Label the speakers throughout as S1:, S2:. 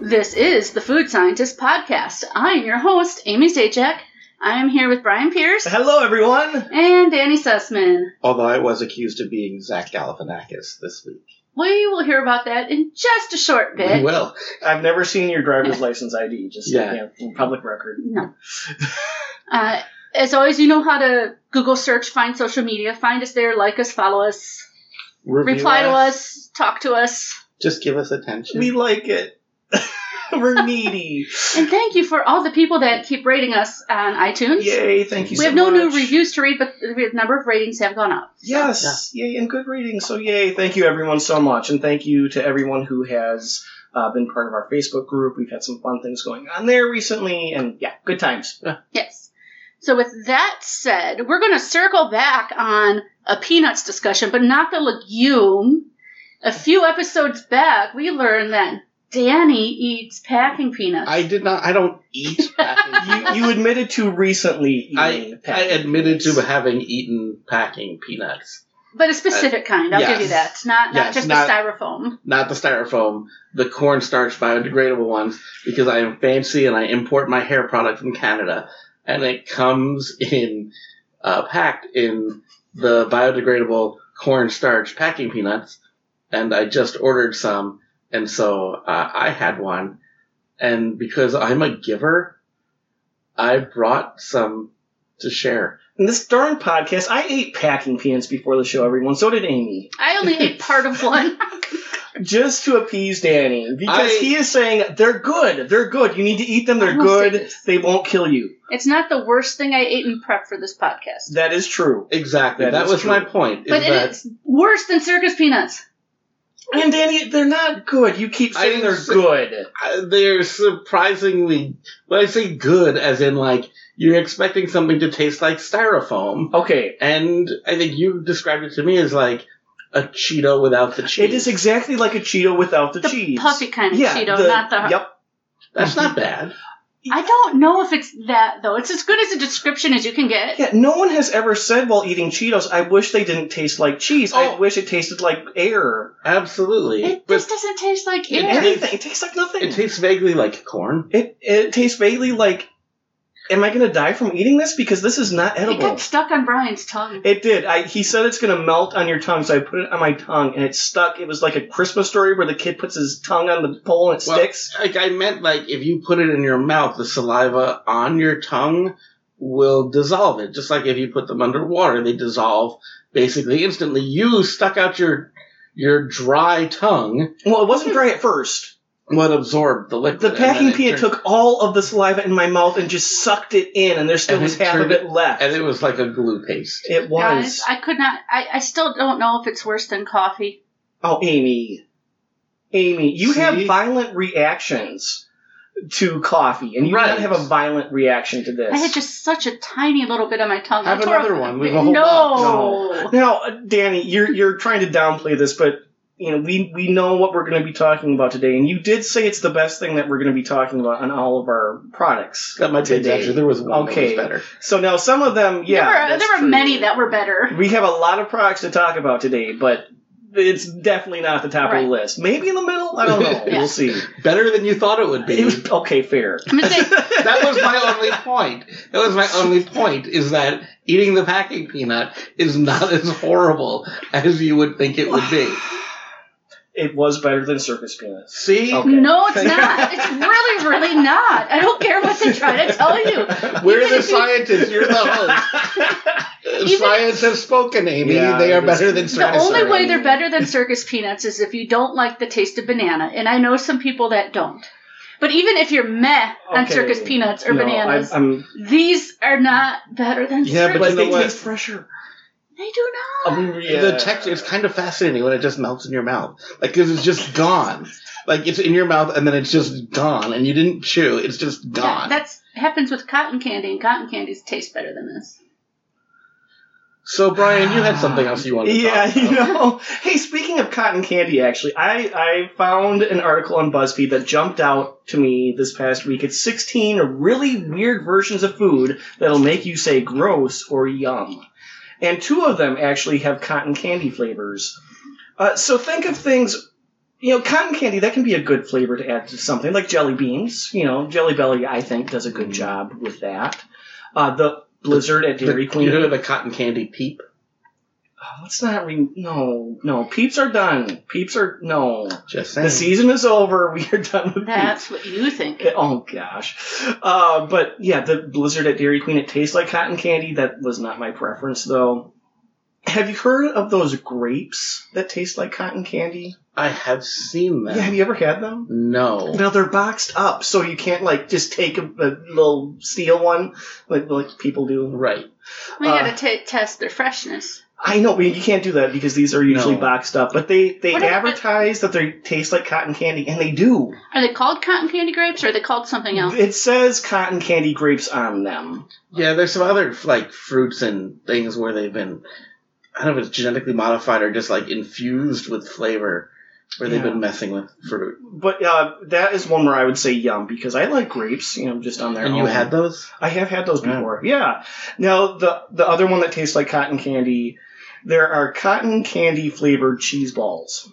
S1: This is the Food Scientist Podcast. I am your host, Amy Zajac. I am here with Brian Pierce
S2: Hello, everyone.
S1: and Danny Sussman.
S2: Although I was accused of being Zach Galifianakis this week.
S1: We will hear about that in just a short bit.
S2: Well,
S3: I've never seen your driver's license ID, just
S2: Yeah.
S3: you know, in public record.
S1: No. Uh, as always, you know how to Google search, find social media, find us there, like us, follow us,
S2: review
S1: reply to us, talk to us.
S2: Just give us attention.
S3: We like it. We're needy.
S1: And thank you for all the people that keep rating us on iTunes.
S3: Yay! Thank you.
S1: we
S3: so
S1: have no
S3: much.
S1: new reviews to read, but the number of ratings have gone up.
S3: Yes, yay, and good ratings. So yay! Thank you everyone so much, and thank you to everyone who has uh, been part of our Facebook group. We've had some fun things going on there recently, and yeah, good times.
S1: Yes. So, with that said, we're going to circle back on a peanuts discussion, but not the legume. A few episodes back, we learned that Danny eats packing peanuts.
S2: I did not. I don't eat. packing.
S3: you, you admitted to recently.
S2: I
S3: eating
S2: I
S3: pet
S2: admitted
S3: peeves.
S2: to having eaten packing peanuts,
S1: but a specific kind, I'll give you that.
S2: Uh, yes.
S1: Not, not
S2: Yes,
S1: just
S2: not-
S1: the styrofoam.
S2: not the styrofoam, the cornstarch biodegradable ones, because I am fancy and I import my hair product from Canada, and it comes in uh, packed in the biodegradable cornstarch packing peanuts, and I just ordered some, and so uh, I had one, and because I'm a giver, I brought some to share.
S3: In this darn podcast, I ate packing peanuts before the show, everyone. So did Amy.
S1: I only ate part of one.
S3: Just to appease Danny. Because
S2: I-
S3: he is saying, they're good. They're good. You need to eat them. They're
S1: I will say
S3: good.
S1: this.
S3: They won't kill you.
S1: It's not the worst thing I ate in prep for this podcast.
S3: That is true.
S2: Exactly, that,
S3: That is
S2: was
S3: true.
S2: my point. is
S1: But
S2: that-
S1: it's worse than circus peanuts.
S3: And Danny, they're not good. You keep
S2: I
S3: saying
S2: didn't
S3: they're
S2: say-
S3: good.
S2: Uh, they're surprisingly when I say good, as in like you're expecting something to taste like styrofoam,
S3: Okay.
S2: and I think you described it to me as like a Cheeto without the cheese.
S3: It is exactly like a Cheeto without the,
S1: The
S3: cheese.
S1: puffy kind of
S3: yeah,
S1: Cheeto, not the.
S3: Yep.
S2: That's not bad.
S1: I don't know if it's that though. It's as good as a description as you can get.
S3: Yeah, no one has ever said while eating Cheetos, I wish they didn't taste like cheese.
S2: Oh.
S3: I wish it tasted like air.
S2: Absolutely,
S1: It
S2: but
S1: just doesn't taste like
S2: It
S1: air.
S3: Anything. It tastes like nothing.
S2: it tastes vaguely like corn.
S3: It it tastes vaguely like. Am I gonna die from eating this? Because this is not
S1: It
S3: edible.
S1: got stuck on Brian's tongue.
S3: It did. I, he said it's gonna melt on your tongue, so I put it on my tongue, and it stuck. It was like a Christmas story where the kid puts his tongue on the pole and it
S2: Well-
S3: sticks.
S2: Like I meant, like if you put it in your mouth, the saliva on your tongue will dissolve it. Just like if you put them underwater, they dissolve basically instantly. You stuck out your your dry tongue.
S3: Well, it wasn't dry at first.
S2: what absorbed the liquid.
S3: The
S2: and then
S3: packing
S2: it
S3: peanut
S2: turned-
S3: took all of the saliva in my mouth and just sucked it in, and there still
S2: And
S3: was
S2: it
S3: half of
S2: turned-
S3: it left.
S2: and it was like a glue paste.
S3: It
S1: Guys,
S3: was.
S1: I could not. I, I still don't know if it's worse than coffee.
S3: Oh, Amy. Amy, you
S2: See?
S3: have violent reactions to coffee, and you
S2: Right.
S3: do not have a violent reaction to this.
S1: I had just such a tiny little bit on my tongue.
S2: Have
S1: I tore
S2: another
S1: up-
S2: one. We will hold
S1: no.
S3: Now, uh, Danny, you're you're trying to downplay this, but you know we we know what we're going to be talking about today, and you did say it's the best thing that we're going to be talking about on all of our products.
S2: That might be
S3: today.
S2: exaggerated. There was one
S3: Okay.
S2: that was better.
S3: So now some of them, yeah,
S1: there were,
S3: that's
S1: there were
S3: true.
S1: many that were better.
S3: We have a lot of products to talk about today, but it's definitely not at the top of the list. Maybe in the middle. I don't know.
S1: Yeah.
S3: We'll see.
S2: Better than you thought it would be.
S3: It was okay. Fair.
S1: I'm gonna say
S2: that was my only point. That was my only point is that eating the packing peanut is not as horrible as you would think it would be.
S3: It was better than circus peanuts.
S2: See?
S3: Okay.
S1: no, it's not. It's really, really not. I don't care what they try to tell you.
S2: We're
S1: Even
S2: the
S1: if you-
S2: scientists. You're the host.
S1: if-
S2: Science has spoken, Amy.
S3: Yeah,
S2: they are
S3: that's-
S2: better than
S1: The
S3: The
S2: circus.
S1: only
S3: sorry.
S1: way they're better than circus peanuts is if you don't like the taste of banana, and I know some people that don't. But even if you're meh on
S3: Okay.
S1: circus peanuts or
S3: No,
S1: bananas,
S3: I, I'm,
S1: these are not better than
S2: Yeah,
S1: circus.
S2: But
S3: but oh
S2: you know
S3: they
S2: what?
S3: taste fresher.
S1: they do not.
S2: The texture is kind of fascinating when it just melts in your mouth. Like, because it's just gone. Like, it's in your mouth and then it's just gone, and you didn't chew. It's just
S1: Yeah,
S2: gone.
S1: that's happens with cotton candy, and cotton candies taste better than this.
S2: so, Brian, you had something else you wanted to
S3: Yeah,
S2: talk
S3: you
S2: about.
S3: know. Hey, speaking of cotton candy, actually, I, I found an article on BuzzFeed that jumped out to me this past week. It's 16 really weird versions of food that'll make you say gross or yum. And two of them actually have cotton candy flavors. Uh, so think of things you know, cotton candy that can be a good flavor to add to something like jelly beans. You know, Jelly Belly I think does a
S2: Mm-hmm.
S3: good job with that. Uh, the Blizzard at Dairy
S2: The-
S3: Queen.
S2: You know the cotton candy peep?
S3: Oh, let's not re. No, no. Peeps are done. Peeps are no.
S2: Just saying.
S3: The season is over. We are done with peeps.
S1: That's what you think.
S3: It- Oh gosh, uh, but yeah, the Blizzard at Dairy Queen. It tastes like cotton candy. That was not my preference, though. Have you heard of those grapes that taste like cotton candy?
S2: I have seen that.
S3: Yeah, have you ever had them?
S2: no.
S3: Now they're boxed up, so you can't like just take a, a little steel one, like like people do.
S2: Right.
S1: We
S3: Uh,
S1: gotta t- test their freshness.
S3: I know, but you can't do that because these are usually
S2: No.
S3: boxed up. But they they
S1: What if-
S3: advertise that they taste like cotton candy, and they do.
S1: Are they called cotton candy grapes or are they called something else?
S3: It says cotton candy grapes on them.
S2: Yeah, there's some other like fruits and things where they've been I don't know if it's genetically modified or just like infused with flavor where they've
S3: Yeah.
S2: been messing with fruit.
S3: But uh, that is one where I would say yum because I like grapes, you know, just on their
S2: And
S3: own.
S2: you had those?
S3: I have had those
S2: Yeah.
S3: before. Yeah. Now the the other one that tastes like cotton candy, there are cotton candy flavored cheese balls.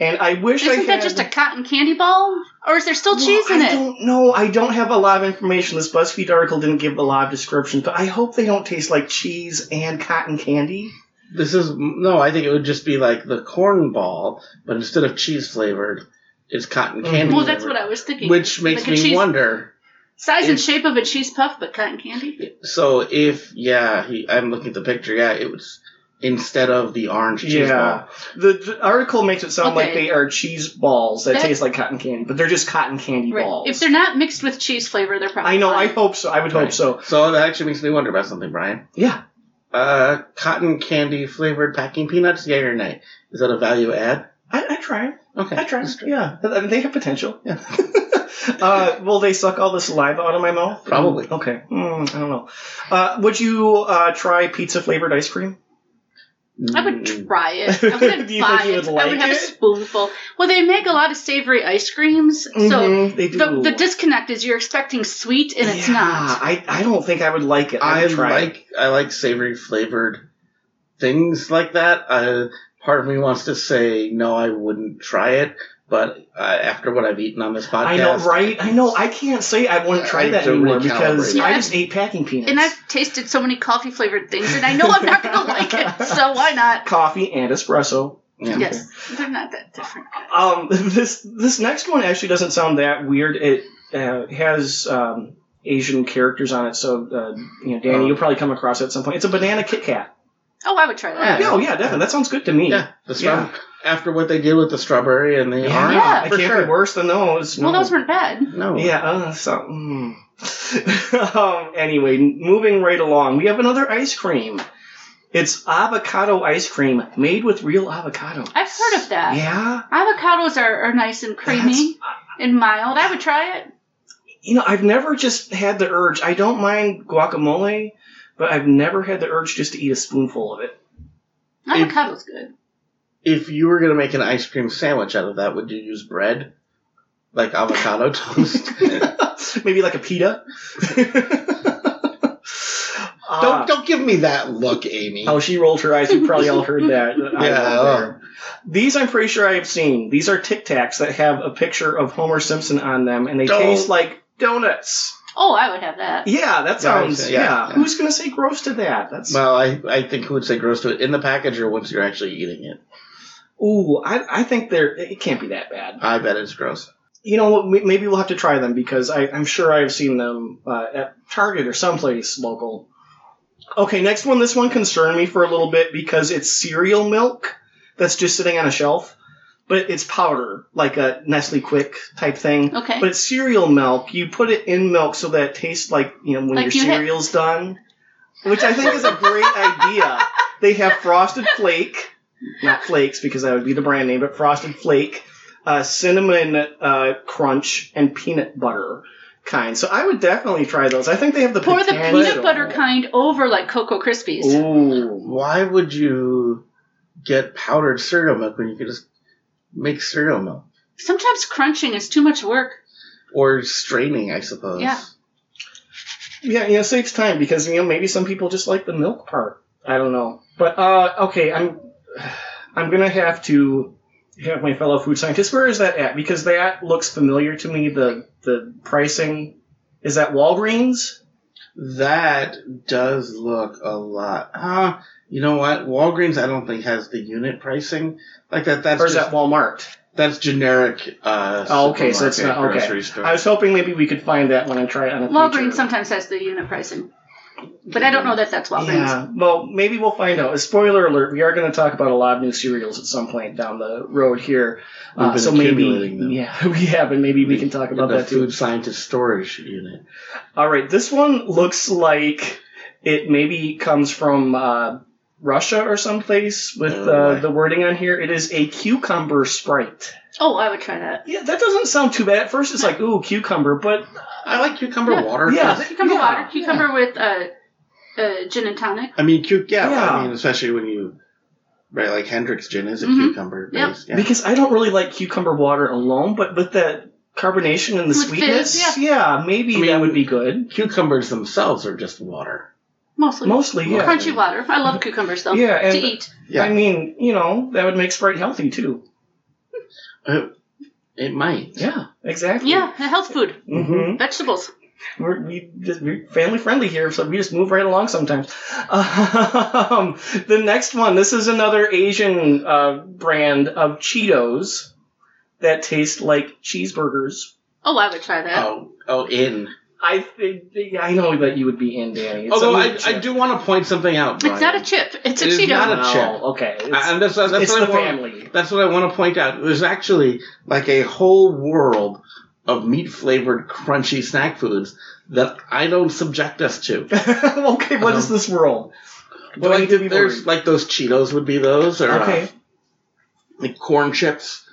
S3: And I wish I
S1: Isn't
S3: had
S1: that just a cotton candy ball? Or is there still
S3: Well,
S1: cheese in
S3: I
S1: it?
S3: don't know. I don't have a lot of information. This BuzzFeed article didn't give a lot of description, but I hope they don't taste like cheese and cotton candy.
S2: This is no, I think it would just be like the corn ball, but instead of cheese flavored, it's cotton
S3: Mhm.
S2: candy.
S1: Well, that's what
S2: flavored,
S1: I was thinking.
S2: which makes
S1: Like a
S2: me
S1: cheese-
S2: wonder.
S1: Size and
S2: It-
S1: shape of a cheese puff, but cotton candy?
S2: So if yeah, he, I'm looking at the picture. Yeah, it was instead of the orange cheese
S3: Yeah.
S2: ball.
S3: The, the article makes it sound like
S1: Okay.
S3: they are cheese balls that,
S1: That-
S3: taste like cotton candy, but they're just cotton candy balls.
S1: If they're not mixed with cheese flavor, they're probably.
S3: I know. I
S1: fine.
S3: hope so. I would hope
S2: Right.
S3: so.
S2: So that actually makes me wonder about something, Brian.
S3: Yeah.
S2: Uh, cotton candy flavored packing peanuts, yay or nay? Is that a value add?
S3: I, I try. 'em.
S2: Okay,
S3: I try. 'em. Yeah, I mean, they have potential.
S2: Yeah.
S3: uh, will they suck all the saliva out of my mouth?
S2: Probably.
S3: Okay. Mm, I don't know. Uh, would you uh, try pizza flavored ice cream?
S1: I would
S2: Mm,
S1: try it. I wouldn't
S3: Do you
S1: buy
S3: think you
S1: it.
S3: would
S1: I would
S3: like
S1: have a
S3: it?
S1: spoonful. Well, they make a lot of savory ice creams, so
S3: Mhm, they do.
S1: the, the disconnect is you're expecting sweet and it's
S3: Yeah,
S1: not.
S3: I, I don't think I would like it.
S2: I
S3: would try it.
S2: like I like savory flavored things like that. Uh, part of me wants to say no, I wouldn't try it, but uh, after what I've eaten on this podcast,
S3: I know, right? I know. I can't say I wouldn't try
S2: I
S3: that
S2: need to
S3: anymore
S2: recalibrate.
S3: because
S1: Yeah,
S3: I
S1: I've-
S3: just ate packing peanuts.
S1: And I've tasted so many coffee flavored things, and I know I'm not going to like it, so why not?
S3: coffee and espresso.
S2: Yeah.
S1: Yes, they're not that different.
S3: Um, this this next one actually doesn't sound that weird. It uh, has um, Asian characters on it, so uh, you know, Danny,
S2: Oh.
S3: you'll probably come across it at some point. It's a banana Kit Kat.
S1: Oh, I would try that.
S2: Yeah.
S3: Yeah, oh yeah, definitely. That sounds good to me.
S2: Yeah, the straw- after what they did with the strawberry and the
S3: yeah,
S2: orange,
S1: Yeah.
S3: it
S2: for
S3: can't
S2: sure.
S3: be worse than those.
S1: Well,
S3: no.
S1: those weren't bad.
S2: No,
S3: Yeah, uh, so. Mm. um, anyway, moving right along, we have another ice cream. It's avocado ice cream made with real avocado.
S1: I've heard of that.
S3: Yeah,
S1: Avocados are, are nice and creamy and mild. I would try it.
S3: you know, I've never just had the urge. I don't mind guacamole, but I've never had the urge just to eat a spoonful of it.
S2: If-
S1: Avocado's good.
S2: If you were gonna make an ice cream sandwich out of that, would you use bread, like avocado toast?
S3: Uh, Maybe like a pita. Uh,
S2: don't don't give me that look, Amy.
S3: Oh, she rolled her eyes. You probably all heard that. I
S2: Yeah. oh.
S3: rolled there. These I'm pretty sure I have seen. These are Tic Tacs that have a picture of Homer Simpson on them, and they
S2: Don't.
S3: taste like donuts.
S1: Oh, I would have that.
S3: Yeah, that sounds.
S2: Donuts,
S3: Yeah.
S2: yeah, yeah.
S3: Who's gonna say gross to that? That's.
S2: Well, I, I think who would say gross to it in the package or once you're actually eating it?
S3: ooh, I, I think they're. It can't be that bad.
S2: I bet it's gross.
S3: You know what? m- Maybe we'll have to try them because I, I'm sure I've seen them uh, at Target or someplace local. Okay, next one. This one concerned me for a little bit because it's cereal milk that's just sitting on a shelf, but it's powder, like a Nestle Quick type thing.
S1: Okay.
S3: But it's cereal milk. You put it in milk so that it tastes like you know when
S1: Like
S3: your
S1: you had-
S3: cereal's done, which I think is a great idea. They have frosted flake, not flakes because that would be the brand name, but frosted flake, uh, cinnamon uh, crunch, and peanut butter kind. So I would definitely try those. I think they have the
S1: Pour the
S3: potential.
S1: peanut butter kind over like Cocoa Krispies.
S3: Ooh.
S2: Why would you get powdered cereal milk when you could just make cereal milk
S1: Sometimes crunching is too much work.
S2: or straining? I suppose.
S1: Yeah.
S3: Yeah, you know, saves time because you know maybe some people just like the milk part. I don't know, but uh, okay, I'm I'm gonna have to have my fellow food scientists. Where is that at? Because that looks familiar to me. The the pricing is that Walgreens.
S2: That does look a lot. Huh? You know what? Walgreens, I don't think has the unit pricing like that. That's
S3: or is
S2: just,
S3: that Walmart?
S2: that's generic. Uh,
S3: Oh, okay, so it's
S2: supermarket,
S3: not- okay.
S2: grocery store.
S3: I was hoping maybe we could find that one and try it on a
S1: Walgreens
S3: future-
S1: sometimes has the unit pricing, but I don't know that that's Walgreens.
S3: Yeah, well, maybe we'll find out. Spoiler alert: we are going to talk about a lot of new cereals at some point down the road here. Uh,
S2: We've been
S3: so maybe,
S2: accumulating them.
S3: yeah, we have, and maybe we can talk about
S2: the
S3: that too.
S2: food scientist storage unit.
S3: All right, this one looks like it maybe comes from uh, Russia or someplace with
S2: Oh,
S3: uh,
S2: boy.
S3: the wording on here. It is a cucumber sprite.
S1: Oh, I would try that.
S3: Yeah, that doesn't sound too bad. At first, it's like ooh cucumber, but
S2: I like cucumber
S1: Yeah.
S2: water.
S3: Yeah.
S1: Cucumber
S3: Yeah,
S1: water, cucumber with uh, uh, gin and tonic.
S2: I mean, cu- yeah,
S3: Yeah.
S2: I mean, especially when you, right, like Hendrix gin is a
S1: Mhm.
S2: cucumber
S1: Yep.
S2: base. Yeah.
S3: because I don't really like cucumber water alone, but with that carbonation and the
S1: With fizz,
S3: sweetness, yeah. maybe
S2: I mean-
S3: that would be good.
S2: Cucumbers themselves are just water.
S1: Mostly.
S3: Mostly, yeah.
S2: Right.
S1: Crunchy water. I love cucumbers though.
S3: Yeah,
S1: to
S3: and
S1: eat.
S2: Yeah,
S3: I mean, you know, that would make Sprite healthy too.
S2: it might.
S3: Yeah, exactly.
S1: Yeah, health food,
S3: hmm
S1: vegetables.
S3: We're, we just, we're family friendly here, so we just move right along sometimes. Um, the next one, this is another Asian uh, brand of Cheetos that taste like cheeseburgers.
S1: Oh, I would try that.
S2: Oh, oh, in.
S3: I think I know that you would be in, Danny. It's
S2: Although
S3: a
S2: I,
S3: meat
S2: I
S3: chip.
S2: do want to point something out.
S1: it's not a chip. It's a
S2: It is
S1: Cheeto.
S2: not a- chip.
S3: Oh, okay. It's,
S2: I, and that's, that's
S3: it's
S2: what
S3: the
S2: I want-
S3: family.
S2: That's what I want to point out. There's actually like a whole world of meat flavored crunchy snack foods that I don't subject us to.
S3: okay, what
S2: Uh-huh.
S3: is this world? I
S2: But like,
S3: need to be
S2: there's
S3: worried?
S2: like those Cheetos would be those, or uh,
S3: okay.
S2: like corn chips.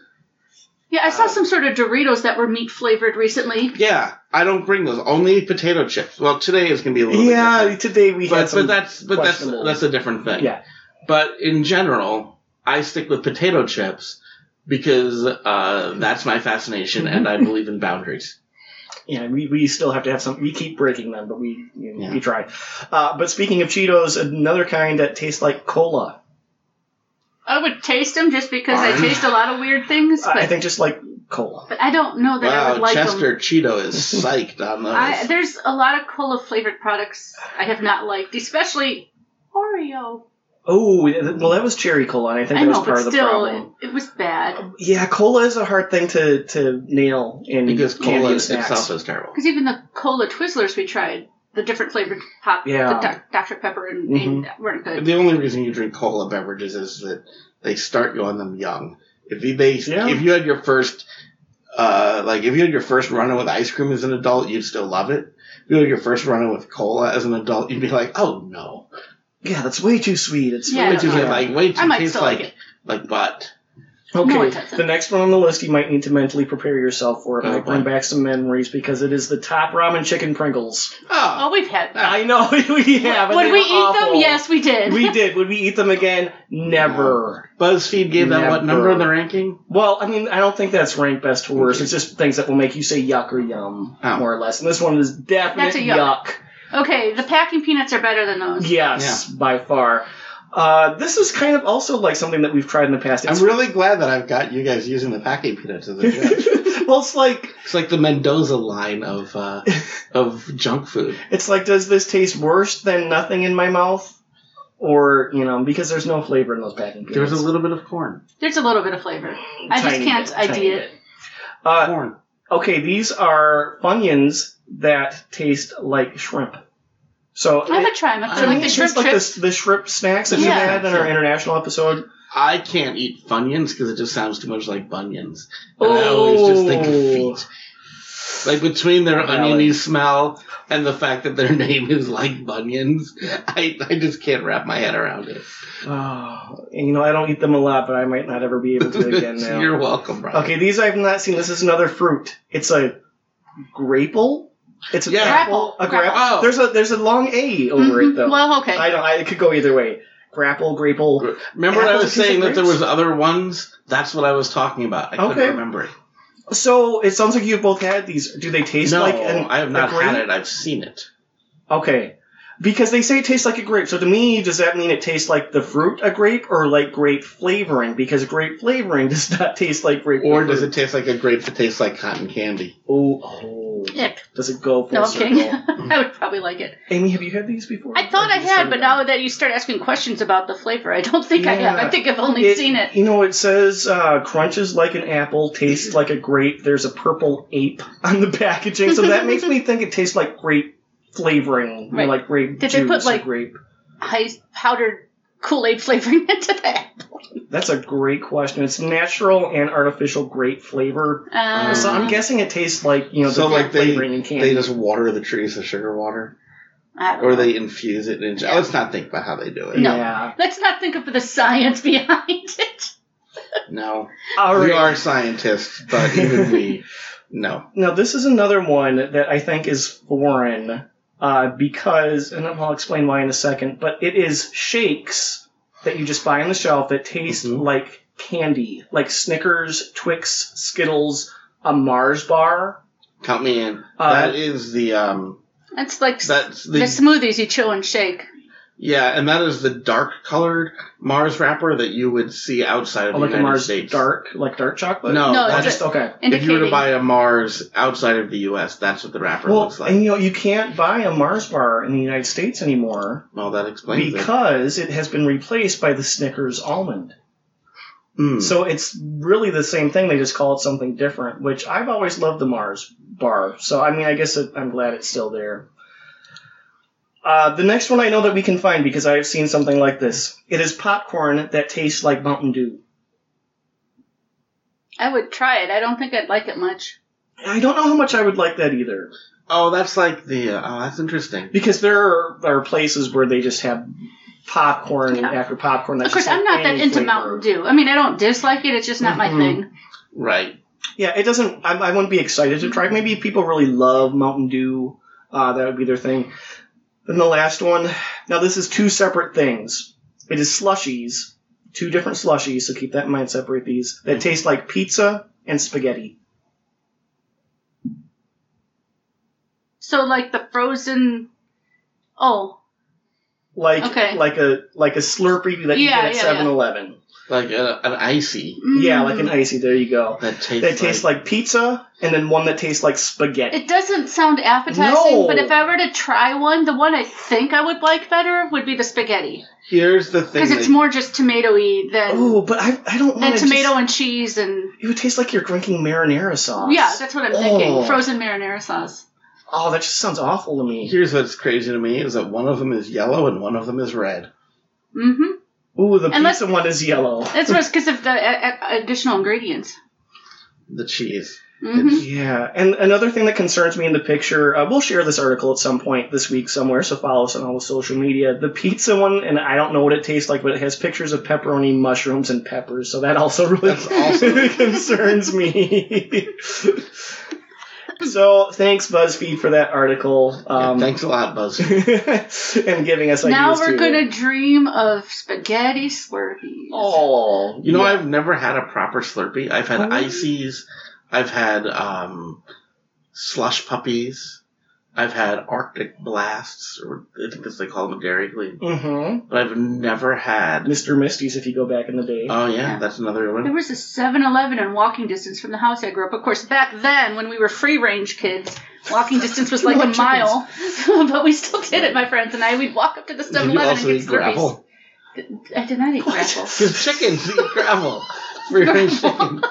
S1: yeah, I
S3: Oh.
S1: saw some sort of Doritos that were meat flavored recently.
S2: Yeah, I don't bring those. Only potato chips. Well, today is gonna be a little. bit
S3: Yeah,
S2: different.
S3: today we had
S2: but,
S3: some.
S2: but that's but that's
S3: questionable-
S2: that's a different thing.
S3: Yeah.
S2: But in general, I stick with potato chips because uh, that's my fascination, and I believe in boundaries.
S3: yeah, we, we still have to have some. We keep breaking them, but we you know,
S2: Yeah.
S3: we try. Uh, but speaking of Cheetos, another kind that tastes like cola.
S1: I would taste them just because I
S2: Fine.
S1: taste a lot of weird things, but
S3: I
S1: I
S3: think just like cola.
S1: but I don't know that I
S2: Wow,
S1: would like them.
S2: Chester Cheeto is psyched on those.
S1: I, there's a lot of cola flavored products I have not liked, especially Oreo.
S3: Oh, yeah, well, that was cherry cola, and I think
S1: I
S3: that
S1: know,
S3: was part
S1: but
S3: of the
S1: still, it,
S3: problem. Um,
S1: it was bad.
S3: Yeah, cola is a hard thing to, to nail in
S2: because
S3: candy
S2: cola
S3: and snacks.
S2: itself is terrible.
S1: Because even the cola Twizzlers we tried, the different flavored pop,
S3: Yeah. Mm-hmm.
S1: the doc, Dr. Pepper, and, and weren't good.
S2: The only reason you drink cola beverages is that they start you on them young. If you they,
S3: Yeah.
S2: if you had your first uh, like if you had your first run-in with ice cream as an adult, you'd still love it. If you had your first run-in with cola as an adult, you'd be like, "Oh no!"
S3: Yeah, that's way too sweet. It's
S1: Yeah, I
S3: way
S2: Which
S1: don't
S2: is
S3: too
S1: know.
S2: like way
S1: I
S2: too
S1: might
S2: tastes
S1: still like,
S2: like
S1: it.
S2: like butt.
S3: Okay,
S1: No, it doesn't.
S3: the next one on the list you might need to mentally prepare yourself for. It
S2: Oh,
S3: might bring
S2: boy.
S3: back some memories because it is the top ramen chicken Pringles.
S2: Oh,
S1: Oh, we've had them.
S3: I know we have. and
S1: Would
S3: Uh,
S1: we
S3: they were
S1: eat
S3: awful.
S1: them? Yes, we did.
S3: we did. Would we eat them again? Never.
S2: BuzzFeed gave that what
S3: Never.
S2: number in the ranking?
S3: Well, I mean, I don't think that's ranked best to worst. It's just things that will make you say yuck or yum,
S2: Oh.
S3: more or less. And this one is definite
S1: That's a yuck. okay, the packing peanuts are better than those.
S3: Yes, by far. Uh, this is kind of also like something that we've tried in the past. It's
S2: I'm really glad that I've got you guys using the packing peanuts as a judge.
S3: well, it's like
S2: it's like the Mendoza line of uh, of junk food.
S3: It's like, does this taste worse than nothing in my mouth? Or, you know, because there's no flavor in those packing
S2: There
S3: peanuts.
S2: was a little bit of corn.
S1: There's a little bit of flavor. I just
S3: Mm-hmm. Tiny
S1: can't
S3: bit,
S1: ID
S3: tiny
S1: it.
S3: bit. Uh,
S2: Corn.
S3: okay, these are Funyuns that taste like shrimp. So,
S1: I would try them.
S2: I
S1: I feel like
S2: mean,
S1: the
S3: it's
S1: shrimp
S3: like
S1: chips.
S3: the, the shrimp snacks that
S1: Yeah.
S3: we had in our international episode.
S2: I can't eat Funyuns because it just sounds too much like bunions. And I always just think of
S3: Oh.
S2: feet. Like between their
S3: Valid.
S2: oniony smell and the fact that their name is like bunions, I, I just can't wrap my head around it.
S3: Oh, and, you know, I don't eat them a lot, but I might not ever be able to again now.
S2: You're welcome, brother.
S3: Okay, these I've not seen. This is another fruit. It's a grapple. It's a
S2: Yeah.
S3: grapple. A
S1: Grapple.
S3: grapple.
S2: Oh.
S3: There's a there's a long a over it
S1: Mhm.
S3: though.
S1: Well, okay.
S3: I don't. I it could go either way. Grapple, grapple.
S2: Remember what I
S3: Apples
S2: was
S3: and
S2: saying that there
S3: grapes?
S2: was other ones? That's what I was talking about. I
S3: Okay.
S2: couldn't remember it.
S3: So it sounds like you've both had these. Do they taste
S2: no,
S3: like an?
S2: I have
S3: a
S2: not
S3: grape?
S2: had it. I've seen it.
S3: Okay. Because they say it tastes like a grape. So to me, does that mean it tastes like the fruit a grape or like grape flavoring? Because grape flavoring does not taste like grape.
S2: Or does it
S3: flavoring.
S2: taste like a grape that tastes like cotton candy?
S3: Oh, oh.
S1: Ick.
S3: Does it go full
S1: No, I'm
S3: circle?
S1: kidding. I would probably like it.
S3: Amy, have you had these before?
S1: I thought I
S3: Like,
S1: had, but
S3: cinnamon?
S1: now that you start asking questions about the flavor, I don't think I have.
S3: Yeah.
S1: I think I've only seen it.
S3: You know, it says uh, crunches like an apple,
S2: Mm-hmm.
S3: tastes like a grape. There's a purple ape on the packaging, so that makes me think it tastes like grape flavoring, or
S1: Right.
S3: like grape
S1: Did they
S3: juice
S1: put,
S3: or
S1: like-
S3: grape.
S1: High powdered Kool Aid flavoring into that.
S3: That's a great question. It's natural and artificial grape flavor.
S1: Um,
S3: Uh, so I'm guessing it tastes like you know the
S2: So,
S3: grape
S2: like, they-
S3: flavoring in candy.
S2: They just water the trees with sugar water,
S1: I don't
S2: or
S1: know.
S2: they infuse it in. Let's not think about how they do it.
S1: No.
S3: Yeah.
S1: Let's not think of the science behind it.
S2: No.
S3: All
S2: we
S3: right.
S2: are scientists, but even we, no.
S3: Now, this is another one that I think is foreign uh, because, and I'll explain why in a second, but it is shakes that you just buy on the shelf that taste
S2: Mhm.
S3: like candy, like Snickers, Twix, Skittles, a Mars bar.
S2: Count me in.
S3: Uh,
S2: that is the um.
S1: That's like s-
S2: That's
S1: the,
S2: the
S1: smoothies you chew and shake.
S2: yeah, and that is the dark colored Mars wrapper that you would see outside of
S3: Oh,
S2: the
S3: like a
S2: United
S3: Mars
S2: States.
S3: dark, like dark chocolate?
S2: No,
S1: No,
S2: that
S3: I
S1: it's
S2: is-
S3: just, okay.
S2: if you were
S1: Indicating.
S2: to buy a Mars outside of the U.S., that's what the wrapper
S3: Well,
S2: looks like.
S3: and you know, you can't buy a Mars bar in the United States anymore
S2: well, that explains it.
S3: because it has been replaced by the Snickers almond.
S2: Mm.
S3: So it's really the same thing. They just call it something different, which I've always loved the Mars bar. So I mean, I guess it, I'm glad it's still there. Uh, the next one I know that we can find because I have seen something like this. It is popcorn that tastes like Mountain Dew.
S1: I would try it. I don't think I'd like it much.
S3: I don't know how much I would like that either
S2: oh, that's like the. Uh, oh, that's interesting.
S3: because there are, there are places where they just have popcorn
S1: Yeah.
S3: after popcorn. That's
S1: Of course,
S3: just
S1: I'm
S3: like
S1: not that
S3: any
S1: into
S3: flavor.
S1: Mountain Dew. I mean, I don't dislike it. It's just not
S3: Mhm.
S1: my thing.
S2: Right.
S3: Yeah, it doesn't. I, I wouldn't be excited to try. it. Maybe people really love Mountain Dew. Uh, that would be their thing. Then the last one. Now this is two separate things. It is slushies, two different slushies. So keep that in mind. Separate these. That taste like pizza and spaghetti.
S1: So like the frozen. Oh,
S3: Like
S1: Okay.
S3: like a like a Slurpee that you
S1: Yeah,
S3: get at
S1: yeah, yeah.
S3: Seven Eleven.
S2: Like a, an icy
S1: mm.
S3: Yeah, like an icy. There you go.
S2: that tastes.
S3: That tastes like pizza, and then one that tastes like spaghetti.
S1: It doesn't sound appetizing,
S3: No.
S1: but if I were to try one, the one I think I would like better would be the spaghetti
S2: Here's the thing.
S1: because it's
S2: that-
S1: more just tomatoey than
S3: Oh, but I, I don't
S1: than
S3: want
S1: tomato and cheese and
S3: it would taste like you're drinking marinara sauce.
S1: yeah, that's what I'm
S3: Oh.
S1: thinking. Frozen marinara sauce.
S3: Oh, that just sounds awful to me.
S2: Here's what's crazy to me is that one of them is yellow and one of them is red.
S1: Mm-hmm.
S3: Ooh, the
S1: Unless-
S3: pizza one is yellow.
S1: That's because of the a- a- additional ingredients.
S2: The cheese.
S1: hmm
S3: Yeah, and another thing that concerns me in the picture, uh, we'll share this article at some point this week somewhere, so follow us on all the social media. The pizza one, and I don't know what it tastes like, but it has pictures of pepperoni, mushrooms, and peppers, so that also really
S2: That's also-
S3: concerns me. so thanks, BuzzFeed, for that article.
S2: Yeah,
S3: Um,
S2: thanks a lot, Buzz.
S3: and giving us
S1: Now
S3: ideas
S1: we're
S3: too.
S1: gonna dream of spaghetti slurpees.
S3: Oh,
S2: You know,
S3: yeah.
S2: I've never had a proper Slurpee. I've had
S3: Oh.
S2: ices. I've had um, slush puppies. I've had Arctic blasts, or I think that's they call them at Dairy Queen.
S3: Mhm.
S2: But I've never had.
S3: Mr. Misty's, if you go back in the day.
S2: Oh yeah,
S1: Yeah.
S2: that's another
S1: There
S2: one.
S1: was a 7 Eleven in walking distance from the house I grew up. Of course, back then, when we were free range kids, walking distance was like
S3: Like
S1: a mile. but we still did it, my friends and I. We'd walk up to the
S2: Did
S1: 7
S2: you
S1: Eleven and
S2: also
S1: get
S2: eat
S1: Slurpees.
S2: gravel?
S1: I did not eat gravel.
S2: Because chickens eat gravel. Free range chicken.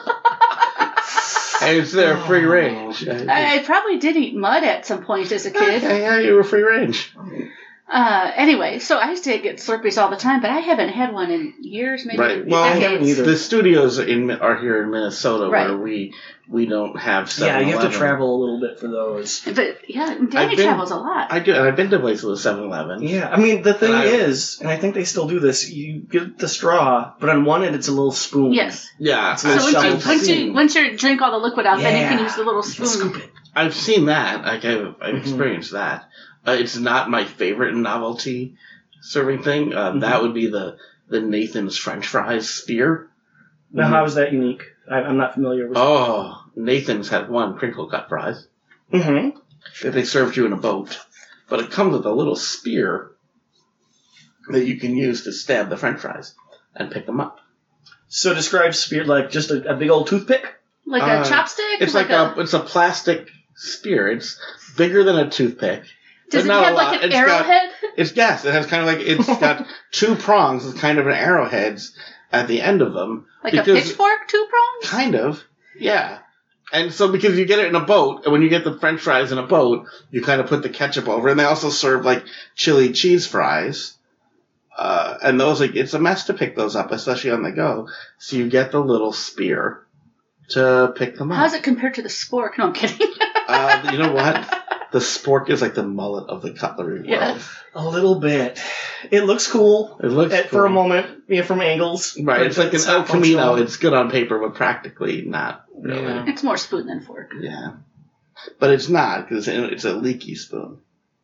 S2: Hey, it's their free range.
S1: I, I probably did eat mud at some point as a kid.
S2: Okay, yeah, you were free range.
S1: Uh, anyway, so I used to get Slurpees all the time, but I haven't had one in years, maybe
S2: Right. Well,
S3: I haven't
S1: decades.
S3: either.
S2: The studios in are here in Minnesota, where
S1: Right.
S2: we we don't have. 7
S3: yeah, you have to travel a little bit for those.
S1: But yeah, Danny
S2: I've been-
S1: travels a lot.
S2: I do, and I've been to places with 7-Eleven.
S3: Yeah, I mean the thing
S2: And I-
S3: is, and I think they still do this. You get the straw, but on one end it's a little spoon.
S1: yes.
S2: Yeah,
S3: So
S1: So
S3: I've
S1: once
S3: shoveled
S1: you, once you
S2: seen-
S1: once you drink all the liquid out, then you can
S3: Yeah.
S1: use the little
S3: You can scoop
S1: spoon.
S3: it.
S2: I've seen that. Like I've, I've
S3: Mhm.
S2: experienced that. Uh, it's not my favorite novelty serving thing. Uh,
S3: Mhm.
S2: That would be the the Nathan's French fries spear.
S3: Now, how is that unique? I, I'm not familiar with.
S2: Oh, Nathan's had one crinkle cut fries
S3: Mm-hmm.
S2: that they served you in a boat. but it comes with a little spear that you can use to stab the french fries and pick them up.
S3: So describe spear like just a, a big old toothpick.
S1: Like a
S2: Uh,
S1: chopstick?
S2: It's like, a, it's a plastic spear. It's bigger than a toothpick.
S1: Does it
S2: not a
S1: have
S2: lot.
S1: like an
S2: It's got-
S1: arrowhead?
S2: It's yes, it has kind of like it's got two prongs, it's kind of an arrowheads at the end of them.
S1: Like a
S2: because-
S1: pitchfork, two prongs?
S2: Kind of. Yeah. And so because you get it in a boat, and when you get the french fries in a boat, you kind of put the ketchup over. And they also serve like chili cheese fries. Uh, and those, like, it's a mess to pick those up, especially on the go. So you get the little spear to pick them
S1: How's
S2: up.
S1: it compared to the spork? No, I'm kidding.
S2: uh, you know what? The spork is like the mullet of the cutlery
S1: Yeah.
S2: world.
S3: A little bit. It looks cool
S2: It looks
S3: at, for a
S2: cool.
S3: moment, yeah, from angles.
S2: Right,
S3: but
S2: it's like an El
S3: not
S2: Camino.
S3: functional.
S2: It's good on paper, but practically not really.
S3: Yeah.
S2: Yeah,
S1: it's more spoon than fork.
S2: but it's not because it's a leaky spoon.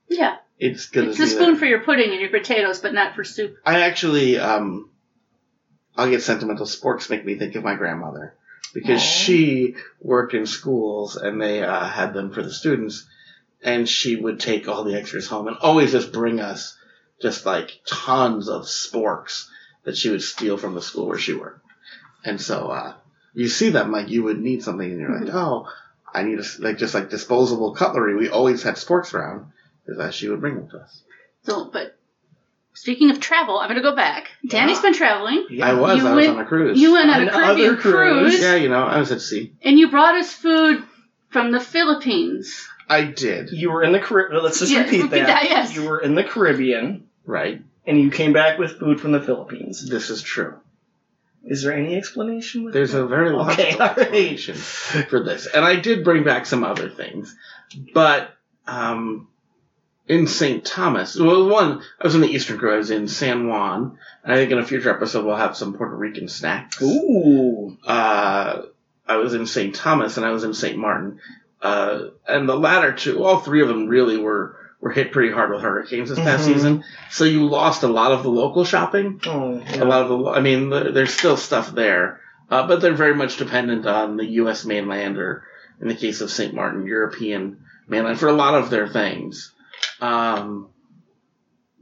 S1: Yeah.
S2: It's gonna
S1: It's a
S2: be
S1: spoon
S2: there.
S1: for your pudding and your potatoes, but not for soup.
S2: I actually, um, I'll get sentimental. Sporks make me think of my grandmother because
S3: Aw.
S1: Oh.
S2: she worked in schools and they uh, had them for the students, and she would take all the extras home and always just bring us just like tons of sporks that she would steal from the school where she worked. And so uh, you see them like you would need something, and you're like,
S1: Mm-hmm.
S2: oh, I need a, s- like just like disposable cutlery. We always had sporks around because uh, she would bring them to us.
S1: So, but speaking of travel, I'm going to go back. Danny's
S3: Yeah.
S1: been traveling.
S3: Yeah.
S2: I was.
S1: You
S2: I was
S1: went-
S2: on a cruise.
S1: You went on a
S3: On
S1: Caribbean
S3: other cruise.
S1: cruise,
S2: Yeah, you know, I was at sea.
S1: and you brought us food from the Philippines.
S2: I did.
S3: You were in the Caribbean. Let's just
S1: Yeah,
S3: repeat,
S1: repeat
S3: that.
S1: that, yes.
S3: You were in the Caribbean
S2: Right.
S3: and you came back with food from the Philippines.
S2: This is true.
S3: Is there any explanation? With
S2: There's
S3: that?
S2: a very logical
S3: Okay, all right.
S2: explanation for this. And I did bring back some other things. But um, in St. Thomas, well, one, I was in the Eastern Crew. I was in San Juan. And I think in a future episode, we'll have some Puerto Rican snacks.
S3: Ooh.
S2: uh, I was in St. Thomas and I was in St. Martin. Uh, and the latter two, all three of them really were, were hit pretty hard with hurricanes this past
S3: Mhm.
S2: season. So you lost a lot of the local shopping.
S3: Oh, yeah.
S2: A lot of the, I mean, the, there's still stuff there, uh, but they're very much dependent on the U.S. mainland or, in the case of St. Martin, European mainland for a lot of their things. Um,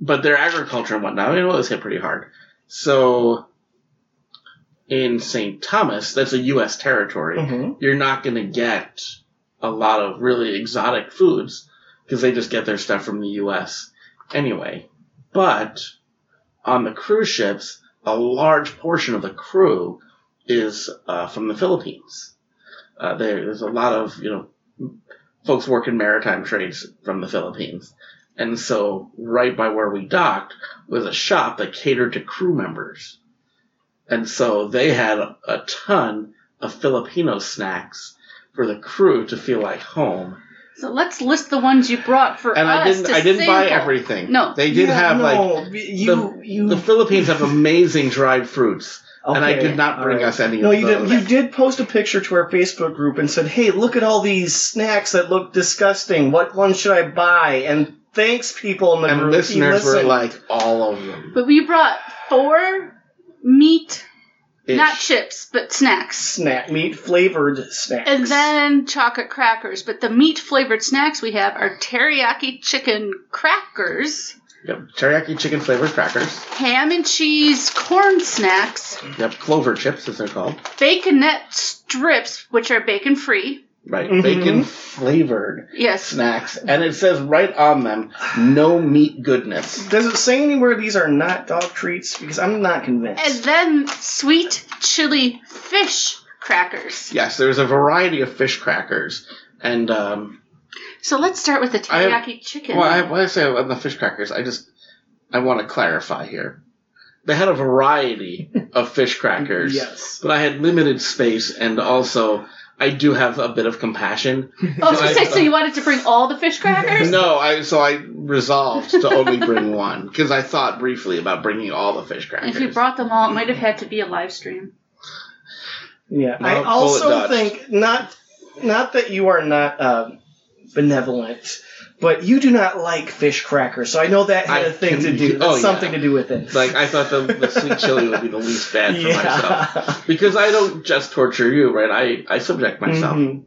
S2: but their agriculture and whatnot, I mean, it was hit pretty hard. So in St. Thomas, that's a U.S. territory.
S3: Mhm.
S2: You're not going to get a lot of really exotic foods because they just get their stuff from the U.S. anyway. But on the cruise ships, a large portion of the crew is uh, from the Philippines. Uh, there, there's a lot of you know folks working maritime trades from the Philippines, and so right by where we docked was a shop that catered to crew members, and so they had a ton of Filipino snacks for the crew to feel like home.
S1: So let's list the ones you brought for
S2: And
S1: us.
S2: I didn't,
S1: to
S2: I didn't buy
S1: sample.
S2: everything.
S1: No.
S2: they did
S3: Yeah,
S2: have like
S3: no, you, you,
S2: the Philippines have amazing dried fruits, and I
S3: Okay,
S2: did not bring
S3: all right.
S2: us any
S3: No,
S2: of
S3: you
S2: those.
S3: did. You did post a picture to our Facebook group and said, "Hey, look at all these snacks that look disgusting. What one should I buy?" And thanks, people in the
S2: and
S3: group.
S2: listeners
S3: You listened.
S2: were like, all of them.
S1: But we brought four meat,
S2: Ish.
S1: not chips, but snacks.
S3: "Snack meat flavored snacks."
S1: And then chocolate crackers. But the meat flavored snacks we have are teriyaki chicken crackers,
S2: Yep. Teriyaki chicken flavored crackers.
S1: ham and cheese corn snacks,
S2: Yep. Clover chips, as they're called.
S1: baconette strips, which are bacon free.
S2: Right.
S3: Mhm.
S2: Bacon flavored
S1: Yes.
S2: snacks. And it says right on them, no meat goodness.
S3: does it say anywhere these are not dog treats? Because I'm not
S1: And
S3: convinced.
S1: then sweet chili fish crackers.
S2: Yes, there's a variety of fish crackers. And, um,
S1: So let's start with the
S2: I have-
S1: teriyaki chicken.
S2: well, I, when I say on the fish crackers, I just, I want to clarify here. They had a variety of fish crackers.
S3: Yes.
S2: But I had limited space, and also I do have a bit of compassion.
S1: oh, I was gonna
S2: I-
S1: say, so you wanted to bring all the fish crackers?
S2: No, I so I resolved to only bring one because I thought briefly about bringing all the fish crackers.
S1: If you brought them all, it might have had to be a live stream.
S3: Yeah.
S2: No,
S3: I
S2: bullet
S3: also
S2: dodge.
S3: think not not that you are not uh, benevolent. But you do not like fish crackers, so I know that had
S2: I
S3: a thing
S2: can-
S3: to do.
S2: oh,
S3: That's something
S2: yeah.
S3: to do with it.
S2: like I thought the, the sweet chili would be the least bad for
S3: Mm-hmm.
S2: myself because I don't just torture you, right? I I subject myself.
S3: Mhm.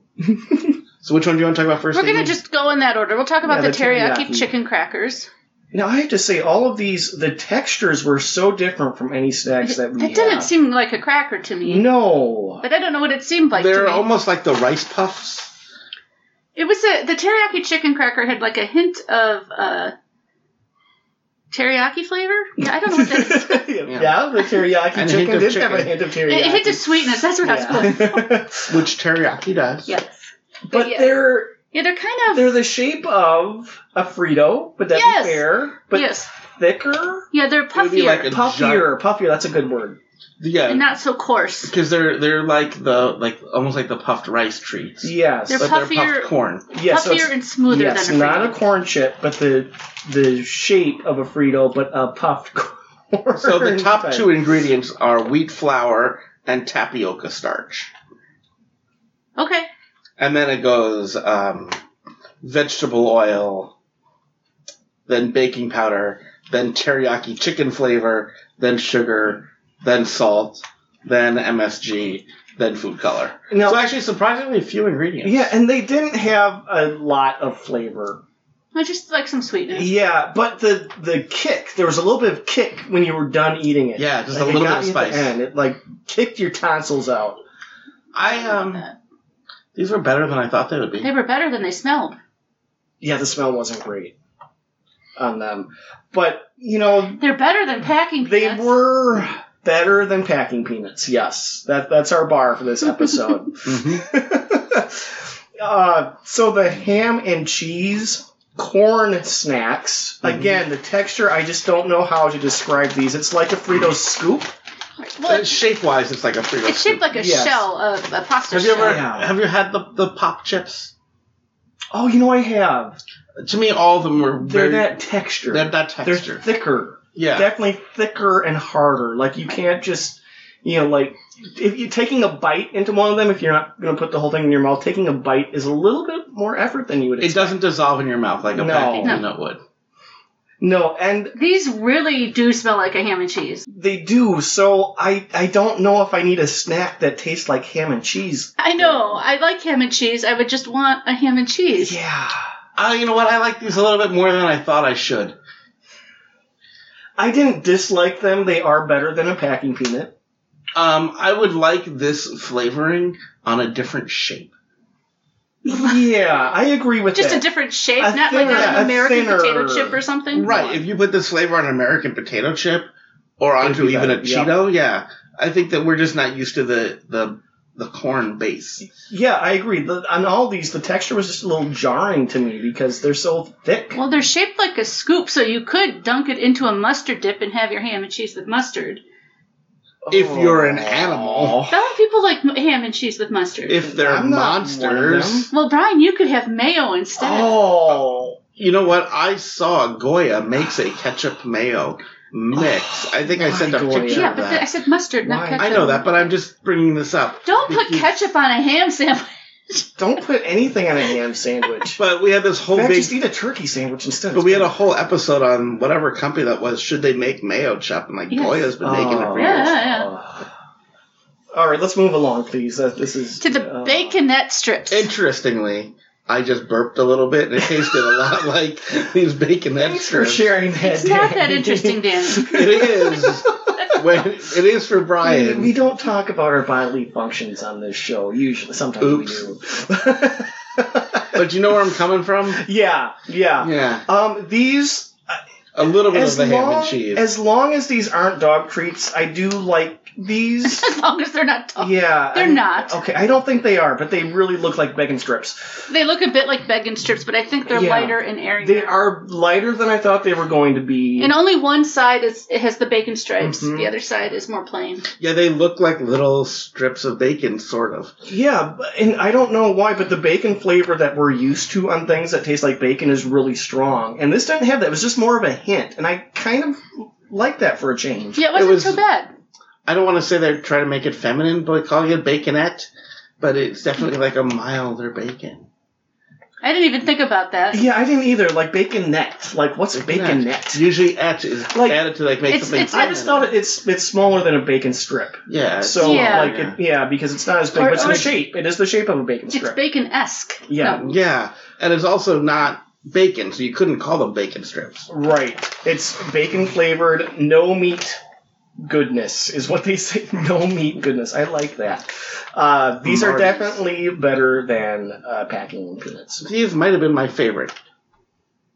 S2: So which one do you want to talk about 1st
S1: We're gonna just go in that order. We'll talk about
S3: Yeah,
S1: the
S3: the teriyaki.
S1: teriyaki chicken crackers.
S3: Now I have to say, all of these, the textures were so different from any snacks that we
S1: That didn't
S3: have. Mm.
S1: seem like a cracker to me.
S3: No.
S1: But I don't know what it seemed like to
S2: They're
S1: me.
S2: almost like the rice puffs.
S1: It was a the teriyaki chicken cracker had like a hint of uh teriyaki flavor. Yeah, I don't know what that is.
S2: Yeah.
S3: yeah, the teriyaki
S2: And a hint
S3: chicken
S2: of
S3: did have a
S2: chicken.
S3: hint of
S1: It,
S3: teriyaki.
S1: it hint of sweetness. That's what I was going. for.
S2: Which teriyaki does.
S1: Yeah.
S3: but
S1: But yeah.
S3: they're
S1: Yeah, they're kind
S3: they're
S1: of
S3: the shape of a Frito, but that's
S1: Yes.
S3: fair, but
S1: yes.
S3: thicker,
S1: Yeah, they're
S2: would be
S1: puffier
S2: like a
S3: puffier, puffier. That's a good word.
S1: and
S2: Yeah.
S1: not so coarse.
S2: Because they're they're like the like almost like the puffed rice treats.
S3: Yes,
S1: They're
S2: but they're
S1: puffier-
S2: puffed corn.
S3: yeah,
S1: puffier
S3: so it's-
S1: and smoother
S3: yes,
S1: than a
S3: not a
S1: Frito.
S3: corn chip, but the the shape of a Frito, but a puffed corn.
S2: So the top
S3: type.
S2: two ingredients are wheat flour and tapioca starch.
S1: okay.
S2: And then it goes um, vegetable oil, then baking powder, then teriyaki chicken flavor, then sugar, then salt, then MSG, then food color.
S3: Now-
S2: so actually, surprisingly few ingredients.
S3: Yeah, and they didn't have a lot of flavor.
S1: I just like some sweetness.
S3: Yeah, but the the kick there was a little bit of kick when you were done eating it.
S2: Yeah, just
S3: Like,
S2: a
S3: it
S2: little bit
S3: got
S2: of
S3: you at
S2: spice.
S3: the end. It like kicked your tonsils out.
S2: I um, these were better than I thought they would be.
S1: Uh, They were better than they smelled.
S3: Yeah, the smell wasn't great on them, but you know
S1: They're better than packing
S3: They
S1: peanuts.
S3: were better than packing peanuts. Yes, that that's our bar for this episode.
S2: Mhm.
S3: uh, so the ham and cheese corn snacks.
S2: Mhm.
S3: Again, the texture. I just don't know how to describe these. It's like a Frito scoop.
S1: Well,
S2: Uh, shape wise, it's like a Frito.
S1: it's shaped
S2: scoop.
S1: like a
S3: Yes.
S1: shell, a, a pasta
S2: Have you
S1: shell.
S2: ever
S3: Yeah.
S2: have you had the, the pop chips?
S3: Oh, you know I have.
S2: To me, all of them were
S3: They're
S2: very,
S3: that texture.
S2: they're that
S3: They're
S2: texture.
S3: thicker.
S2: yeah,
S3: Definitely thicker and harder. Like you can't just. You know, like if you're taking a bite into one of them, if you're not going to put the whole thing in your mouth, taking a bite is a little bit more effort than you would.
S2: it doesn't dissolve in your mouth like a
S3: No.
S2: packing
S1: No.
S2: peanut would.
S3: No, and
S1: These really do smell like a ham and cheese.
S3: they do. So I I don't know if I need a snack that tastes like ham and cheese.
S1: I know. I like ham and cheese. I would just want a ham and cheese.
S3: Yeah.
S2: Uh, you know what? I like these a little bit more than I thought I should.
S3: I didn't dislike them. They are better than a packing peanut.
S2: Um, I would like this flavoring on a different shape.
S3: Yeah, I agree with
S1: Just a
S3: that.
S1: different shape,
S3: A
S1: not like
S3: thinner-
S1: an
S3: a
S1: American
S3: thinner-
S1: potato chip or something.
S2: Right. If you put this flavor on an American potato chip or
S3: It'd
S2: onto
S3: be
S2: even a
S3: better, yeah.
S2: Cheeto, yeah, I think that we're just not used to the the the corn base.
S3: yeah, I agree. The, on all these, the texture was just a little jarring to me because they're so thick.
S1: Well, they're shaped like a scoop, so you could dunk it into a mustard dip and have your ham and cheese with mustard.
S2: If you're an animal.
S1: Some people like m- ham and cheese with mustard.
S2: If they're
S3: I'm not one of
S2: monsters,
S3: them.
S1: well, Brian, you could have mayo instead.
S3: Oh.
S2: you know what? I saw Goya makes a ketchup mayo mix. I think I
S3: Why,
S2: sent a
S3: Oh Goya?
S2: picture
S1: yeah,
S2: of
S1: but
S2: that.
S1: th- I said mustard, not
S3: Why?
S1: ketchup.
S2: I know that, but I'm just bringing this up.
S1: Don't put
S2: Because-
S1: ketchup on a ham sandwich.
S3: Don't put anything on a ham sandwich.
S2: But we had this whole
S3: In fact,
S2: big.
S3: just eat a turkey sandwich instead.
S2: But we had a whole episode on whatever company that was. Should they make mayo chop? And like
S1: Yes.
S2: Goya's been making it
S3: Oh.
S2: for
S1: Yeah,
S2: years.
S3: All right, let's move along, please. Uh, this is
S1: To the
S3: uh,
S1: baconette strips.
S2: Interestingly, I just burped a little bit, and it tasted a lot like these bacon
S3: Thanks for
S2: extras.
S3: sharing that.
S1: It's not that
S3: Danny.
S1: interesting, Danny.
S2: It is when it is for Brian.
S3: We don't talk about our bodily functions on this show. Usually, sometimes
S2: Oops.
S3: we do.
S2: but you know where I'm coming from.
S3: yeah, yeah.
S2: Yeah,
S3: Um, these
S2: a little bit
S3: as
S2: of the ham
S3: long
S2: and cheese.
S3: as long as these aren't dog treats, I do like these.
S1: as long as they're not tall.
S3: yeah,
S1: They're
S3: I'm-
S1: not.
S3: Okay, I don't think they are, but they really look like bacon strips.
S1: They look a bit like bacon strips, but I think they're
S3: Yeah.
S1: lighter and airier.
S3: They are lighter than I thought they were going to be.
S1: And only one side is it has the bacon stripes.
S3: Mhm.
S1: The other side is more plain.
S2: yeah, they look like little strips of bacon, sort of.
S3: Yeah, but- and I don't know why, but the bacon flavor that we're used to on things that taste like bacon is really strong. And this didn't have that. It was just more of a hint. And I kind of like that for a change.
S1: Yeah, it wasn't
S2: was-
S1: so bad.
S2: I don't want to say they're trying to make it feminine by calling it baconette, but it's definitely like a milder bacon.
S1: I didn't even think about that.
S3: Yeah, I didn't either. Like bacon net. Like what's bacon net?
S2: Usually, et is
S3: Like-
S2: added to like make
S1: It's-
S2: something.
S1: it's-
S3: I just thought it- it's it's smaller than a bacon strip.
S2: yeah. it's-
S3: So
S1: Yeah.
S3: like it, yeah, because it's not as big,
S1: Or-
S3: but it's
S1: or-
S3: the shape. It is the shape of a bacon
S1: It's
S3: strip.
S1: bacon esque.
S3: Yeah.
S2: yeah, and it's also not bacon, so you couldn't call them bacon strips.
S3: Right. It's bacon flavored, no meat goodness is what they say. No meat goodness. I like that. Uh, these are
S2: Marty's.
S3: definitely better than uh, packing peanuts.
S2: These might have been my favorite.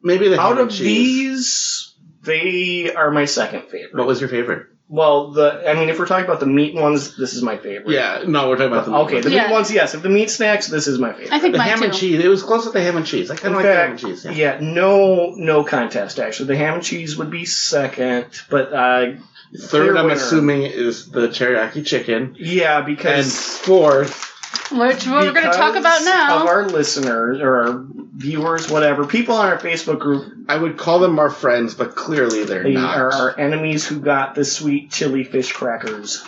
S2: Maybe the
S3: Out
S2: ham and
S3: of
S2: cheese.
S3: these, they are my second favorite.
S2: What was your favorite?
S3: Well, the I mean, if we're talking about the meat ones, this is my favorite.
S2: Yeah, no, we're talking about the
S3: Okay, the
S1: Yeah.
S3: meat ones, yes. If the meat snacks, this is my favorite.
S1: I think
S2: the
S1: mine
S2: ham
S1: too.
S2: and cheese. It was close to the ham and cheese. I
S3: In
S2: kind of like the ham and
S3: fact,
S2: cheese.
S3: yeah,
S2: Yeah.
S3: no, no contest. Actually, the ham and cheese would be second, but uh,
S2: Third,
S3: Clear
S2: I'm
S3: winner.
S2: assuming is the teriyaki chicken,
S3: yeah,
S2: and
S3: because
S2: fourth,
S1: Which we're going to
S3: Because
S1: talk about
S3: Of
S1: now.
S3: our listeners or our viewers, whatever, people on our Facebook group,
S2: I would call them our friends, but clearly they're
S3: they
S2: not.
S3: are our enemies who got the sweet chili fish crackers.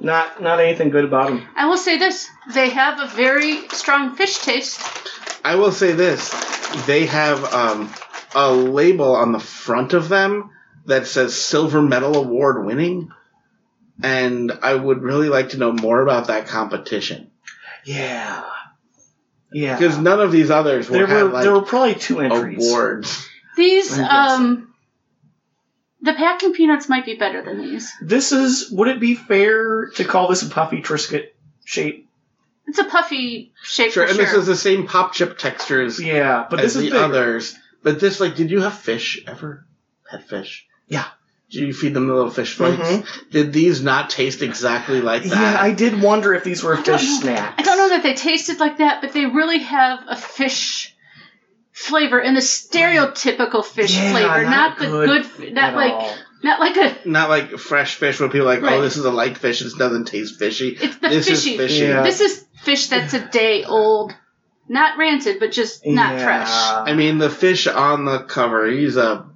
S3: Not not anything good about them.
S1: I will say this they have a very strong fish taste.
S2: I will say this: they have um, a label on the front of them that says "Silver Medal Award Winning," and I would really like to know more about that competition
S3: Yeah, yeah.
S2: because none of these others
S3: there
S2: were,
S3: were
S2: had like
S3: there were probably two entries.
S2: awards.
S1: These,
S3: I guess.
S1: um, the packing peanuts might be better than these.
S3: This is. Would it be fair to call this a puffy Triscuit shape?
S1: It's a puffy shape
S2: Sure,
S1: for
S2: and
S1: sure.
S2: this is the same pop chip textures
S3: Yeah, but
S2: as
S3: this
S2: the
S3: is bigger.
S2: others. But this, like, did you have fish ever? Had fish?
S3: Yeah. Mm-hmm.
S2: Did you feed them the little fish flakes? Did these not taste exactly like that?
S3: Yeah, I did wonder if these were
S1: I don't
S3: fish
S1: know.
S3: snacks.
S1: I don't know that they tasted like that, but they really have a fish flavor and the stereotypical fish
S3: Yeah,
S1: flavor,
S3: not
S1: not, the
S3: good
S1: good, f not
S3: at
S1: like
S3: all.
S1: not like a
S2: not like fresh fish where people are like,
S1: Right.
S2: oh, this is a light fish. This doesn't taste fishy.
S1: it's the
S2: this
S1: fishy.
S2: is fishy.
S3: Yeah.
S1: This is fish that's a day old, not rancid, but just not
S3: Yeah.
S1: fresh.
S2: I mean, the fish on the cover, he's a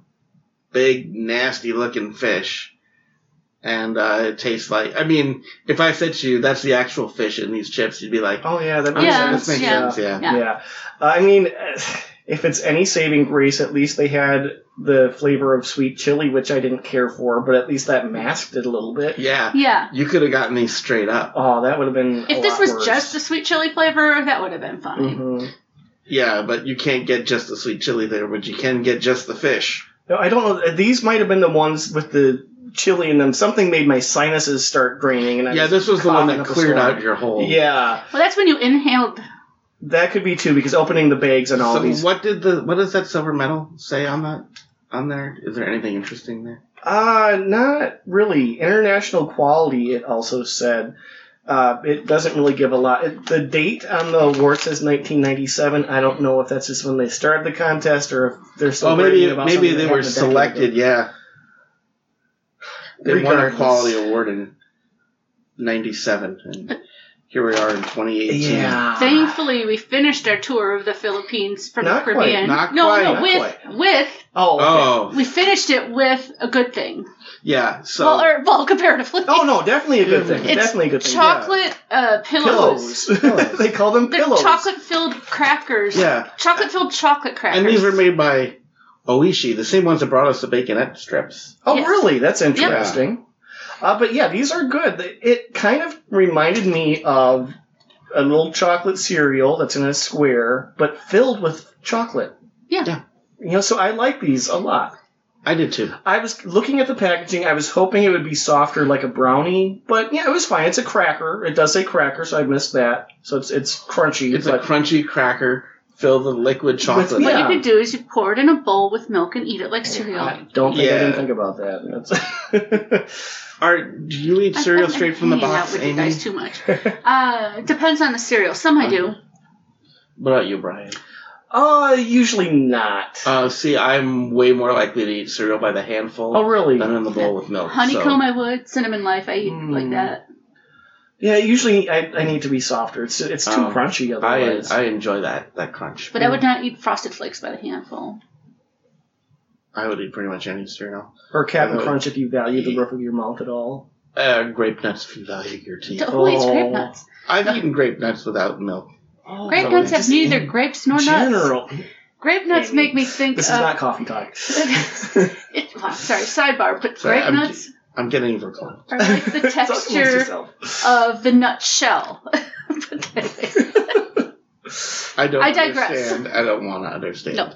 S2: big, nasty looking fish. And uh, it tastes like. I mean, if I said to you, that's the actual fish in these chips, you'd be like,
S3: Oh yeah, that
S2: oh,
S3: makes
S1: Yeah,
S2: this
S3: sense.
S2: makes
S1: yeah.
S2: sense, yeah.
S1: Yeah.
S3: Yeah. Uh, I mean, eh, if it's any saving grace, at least they had the flavor of sweet chili, which I didn't care for, but at least that masked it a little bit.
S2: Yeah.
S1: Yeah.
S2: You could have gotten these straight up.
S3: Oh, that would have been. a
S1: If this
S3: lot
S1: was
S3: worse.
S1: just the sweet chili flavor, that would have been funny.
S3: Mhm.
S2: Yeah, but you can't get just the sweet chili there, but you can get just the fish.
S3: No, I don't know. These might have been the ones with the chili in them. Something made my sinuses start draining, and I
S2: yeah,
S3: was
S2: this was the one
S3: coughing
S2: that
S3: up a
S2: cleared
S3: storm.
S2: out your whole.
S3: Yeah,
S1: Well, that's when you inhaled.
S3: that could be too because opening the bags and all
S2: So
S3: these.
S2: what did the what does that silver medal say on that on there? Is there anything interesting there?
S3: Uh, not really. International quality, it also said. Uh, it doesn't really give a lot. It, the date on the award says 1997. I don't know if that's just when they started the contest or if they're still
S2: Oh, maybe
S3: bragging about
S2: maybe
S3: something
S2: they
S3: that
S2: were
S3: happened a decade
S2: selected.
S3: ago.
S2: Yeah, they won a
S3: Regardless.
S2: quality award in '97, and here we are in 2018.
S3: Yeah.
S1: Thankfully, we finished our tour of the Philippines from
S3: Not
S1: the
S3: quite,
S1: Caribbean.
S2: not
S1: no,
S2: quite,
S1: no,
S2: not
S1: with with
S3: Oh. okay.
S2: Oh,
S1: we finished it with a good thing.
S2: yeah. So
S1: well, or, well, comparatively.
S3: Oh no, definitely a good thing.
S1: It's
S3: definitely a good thing. yeah.
S1: chocolate uh, pillows.
S3: pillows.
S2: Pillows.
S3: they call them
S1: They're
S3: pillows.
S1: chocolate-filled crackers.
S2: yeah,
S1: Chocolate-filled chocolate crackers.
S2: and these were made by Oishi, the same ones that brought us the baconette strips.
S3: Oh,
S1: Yes.
S3: really? That's interesting. Uh, but yeah, these are good. It kind of reminded me of a little chocolate cereal that's in a square, but filled with chocolate.
S1: Yeah.
S2: Yeah.
S3: You know, so I like these a lot.
S2: I did too.
S3: I was looking at the packaging. I was hoping it would be softer, like a brownie, but yeah, it was fine. It's a cracker. It does say cracker, so I missed that. So it's it's crunchy.
S2: It's a
S3: but
S2: crunchy cracker filled with liquid chocolate.
S1: What
S3: yeah.
S1: you could do is you pour it in a bowl with milk and eat it like cereal.
S3: I don't think I
S2: Yeah.
S3: didn't think about that.
S2: Are do you eat
S1: I-
S2: cereal
S1: I'm
S2: straight from the
S1: hanging
S2: box,
S1: out with
S2: Amy?
S1: you guys too much.
S3: That's
S1: Uh, it depends on the cereal. Some I do.
S2: What about you, Brian?
S3: uh usually not.
S2: Uh, see, I'm way more likely to eat cereal by the handful
S3: oh, really?
S2: than in the bowl with milk.
S1: Honeycomb,
S2: so-
S1: I would. Cinnamon Life, I eat
S3: Mm.
S1: like that.
S3: Yeah, usually I, I need to be softer. It's it's too
S2: Oh.
S3: crunchy
S2: I,
S3: otherwise.
S2: I enjoy that that crunch.
S1: But I would not eat Frosted Flakes by the handful.
S2: I would eat pretty much any cereal.
S3: or Captain
S2: I would-
S3: Crunch if you value the roof of your mouth at all.
S2: Uh, grape nuts if you value your teeth.
S1: Who eats grape nuts?
S2: I've eaten grape nuts without milk.
S3: Oh,
S1: Grape
S2: no,
S1: nuts
S2: it's
S1: have neither grapes nor nuts. uh,
S3: general.
S1: Grape nuts
S4: Maybe.
S1: make me think
S3: This is
S1: of.
S3: not coffee talk.
S1: it, well, sorry, sidebar, but
S2: Sorry,
S1: grape
S2: I'm-
S1: nuts
S2: I'm getting vertical.
S1: are like the
S3: Talk amongst
S1: texture
S3: yourself.
S1: of the nut shell. But anyway.
S2: I don't
S1: I digress.
S2: understand. I don't want to understand.
S1: No.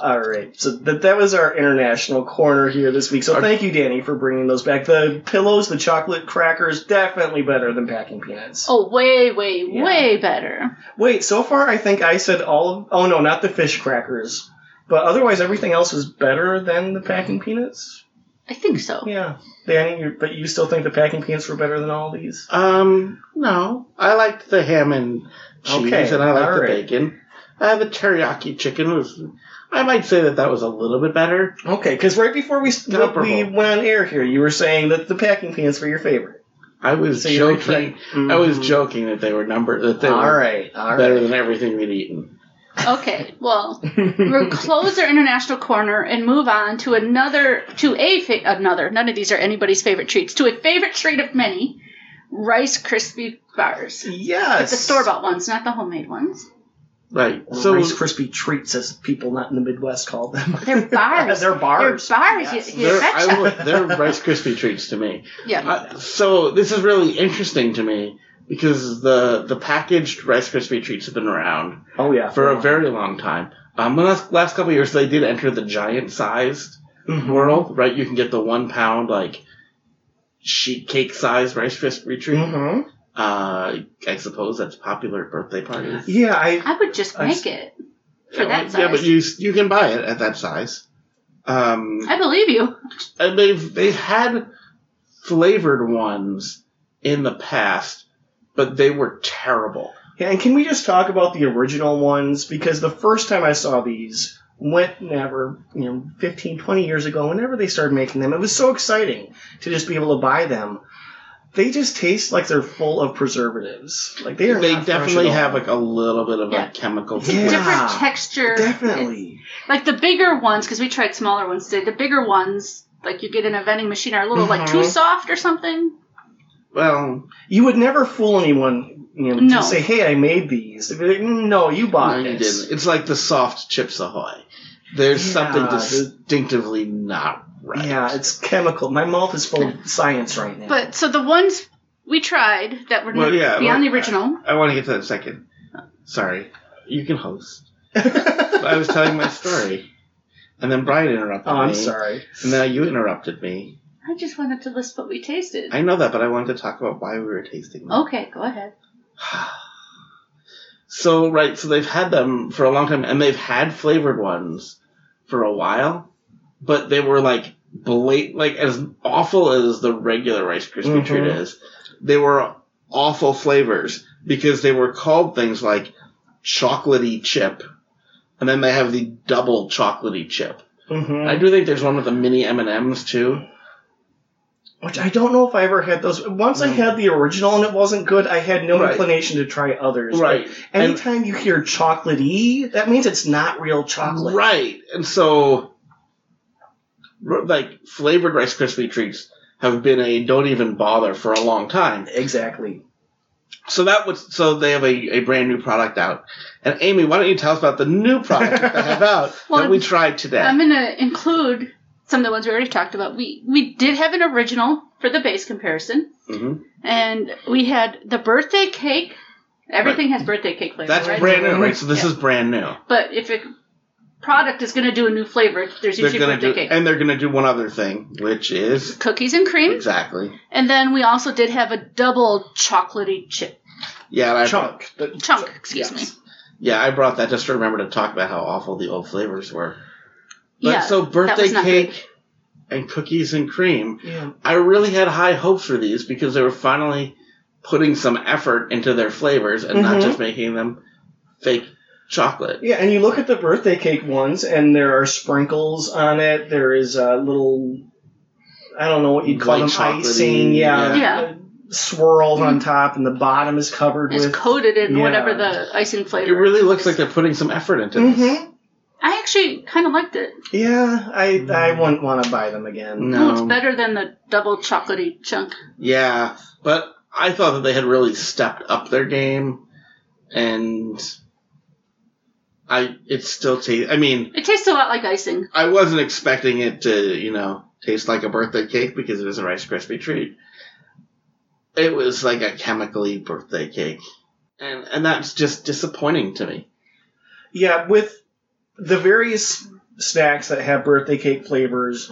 S3: All right. So that that was our international corner here this week. So
S2: Our-
S3: thank you, Danny, for bringing those back. The pillows, the chocolate crackers, definitely better than packing peanuts.
S1: oh, way, way,
S3: Yeah.
S1: way better.
S3: Wait, so far I think I said all of. Oh no, not the fish crackers. But otherwise, everything else was better than the packing peanuts.
S1: I think so.
S3: Yeah, Danny, you but you still think the packing peanuts were better than all these?
S2: Um, no. I liked the ham and cheese,
S3: Okay,
S2: and I liked the
S3: alright.
S2: bacon. Uh, the teriyaki chicken was. I might say that that was a little bit better.
S3: Okay, because right before we
S2: Comparable.
S3: we went on air here, you were saying that the packing peanuts were your favorite.
S2: I was
S3: So you're Mm-hmm.
S2: joking. I was joking that they were number that they
S3: All
S2: were
S3: right, all
S2: better
S3: right.
S2: than everything we'd eaten.
S1: Okay, well, we'll close our international corner and move on to another, to a fa- another. None of these are anybody's favorite treats. To a favorite treat of many, Rice Krispie bars.
S3: Yes,
S1: But the store bought ones, not the homemade ones.
S2: Right.
S3: Or
S2: So
S3: Rice Krispie treats, as people not in the Midwest call them.
S1: They're bars.
S3: They're bars.
S1: They're bars,
S3: Yes.
S1: you- you-
S2: they're,
S1: betcha.
S2: I will, they're Rice Krispie treats to me.
S1: Yeah.
S2: Uh, so this is really interesting to me because the the packaged Rice Krispie treats have been around
S3: oh yeah,
S2: for a very long time. Um, the last, last couple of years, they did enter the giant sized
S3: Mhm.
S2: world, right? You can get the one pound like sheet cake size Rice Krispie treat.
S3: Mhm.
S2: Uh, I suppose that's popular at birthday parties.
S3: Yeah, I
S1: I would just
S3: I
S1: make
S3: s-
S1: it. for that
S2: yeah, well, yeah, but
S1: size.
S2: you you can buy it at that size. Um,
S1: I believe you.
S2: and they've they've had flavored ones in the past, but they were terrible.
S3: Yeah, and can we just talk about the original ones? Because the first time I saw these, whenever, you know, 15, 20 years ago, whenever they started making them, it was so exciting to just be able to buy them. They just taste like they're full of preservatives. Like they are.
S2: They
S3: not fresh
S2: definitely
S3: at all.
S2: have like a little bit of
S1: Yeah.
S2: a chemical.
S3: Yeah.
S2: flavor.
S1: Different texture.
S3: Definitely.
S1: Like the bigger ones, because we tried smaller ones today. The bigger ones, like you get in a vending machine, are a little like too
S3: Mhm.
S1: soft or something.
S2: Well,
S3: You would never fool anyone, you know,
S1: No.
S3: to say, "Hey, I made these." They'd be like, "No, you bought
S2: no, you
S3: this."
S2: didn't. It's like the soft Chips Ahoy. There's
S3: Yeah,
S2: something
S3: the-
S2: distinctively not right.
S3: Yeah, it's chemical. My mouth is full of science right now.
S1: But so the ones we tried that were
S2: Well, yeah,
S1: beyond
S2: like-
S1: the original.
S2: I want to get to that in a second. Sorry, you can host. I was telling my story, and then Brian interrupted
S3: oh,
S2: me.
S3: I'm sorry.
S2: And now you interrupted me.
S1: I just wanted to list what we tasted.
S2: I know that, but I wanted to talk about why we were tasting. them.
S1: okay, go ahead.
S2: So right, so they've had them for a long time, and they've had flavored ones for a while, but they were like blatant, like as awful as the regular Rice Krispie
S3: Mhm.
S2: treat is. They were awful flavors because they were called things like chocolatey chip, and then they have the double chocolatey chip.
S3: hmm
S2: I do think there's one with the mini M and M's too.
S3: Which I don't know if I ever had those. Once I
S2: Mm.
S3: had the original and it wasn't good, I had no
S2: Right.
S3: inclination to try others. but
S2: Right, and-
S3: Anytime you hear chocolatey, that means it's not real chocolate.
S2: Right. And so, r- like, flavored Rice Krispie treats have been a don't even bother for a long time.
S3: Exactly.
S2: So that was, so they have a, a brand new product out. And Amy, why don't you tell us about the new product that they have out
S1: Well,
S2: that we tried today?
S1: I'm gonna include some of the ones we already talked about. We we did have an original for the base comparison,
S2: hmm
S1: and we had the birthday cake. Everything has birthday cake flavor.
S2: That's
S1: right?
S2: brand new, right? So this
S1: Yeah.
S2: is brand new.
S1: But if a product is gonna do a new flavor, there's
S2: They're
S1: usually
S2: gonna
S1: birthday
S2: do,
S1: cake.
S2: and they're gonna do one other thing, which is
S1: Cookies and cream,
S2: exactly,
S1: and then we also did have a double chocolatey chip
S2: yeah. And I,
S3: Chunk. The-
S1: chunk. Excuse
S3: yes.
S1: me.
S2: yeah, I brought that just to remember to talk about how awful the old flavors were. But
S1: yeah,
S2: so birthday
S1: was not good.
S2: cake and cookies and cream.
S3: Yeah.
S2: I really had high hopes for these because they were finally putting some effort into their flavors and not
S3: Mhm.
S2: just making them fake chocolate.
S3: Yeah, and you look at the birthday cake ones, and there are sprinkles on it. There is a little, I don't know what you'd call them,
S2: White chocolatey, Mm.
S3: icing. Yeah.
S1: yeah.
S3: uh, Swirled on top, and the bottom is covered
S1: It's
S3: with.
S1: coated in
S3: yeah.
S1: whatever the icing
S2: It
S1: flavor.
S2: really looks like they're putting some effort into this.
S3: hmm
S1: I actually kind of liked it.
S3: Yeah, I I
S2: Mm.
S3: wouldn't want to buy them again.
S1: No, it's
S2: No.
S1: better than the double chocolatey chunk.
S2: yeah, but I thought that they had really stepped up their game and I it still tastes. I mean,
S1: It tastes a lot like icing.
S2: I wasn't expecting it to, you know, taste like a birthday cake because it is a Rice Krispie treat. It was like a chemically birthday cake, and and that's just disappointing to me.
S3: Yeah, with the various snacks that have birthday cake flavors,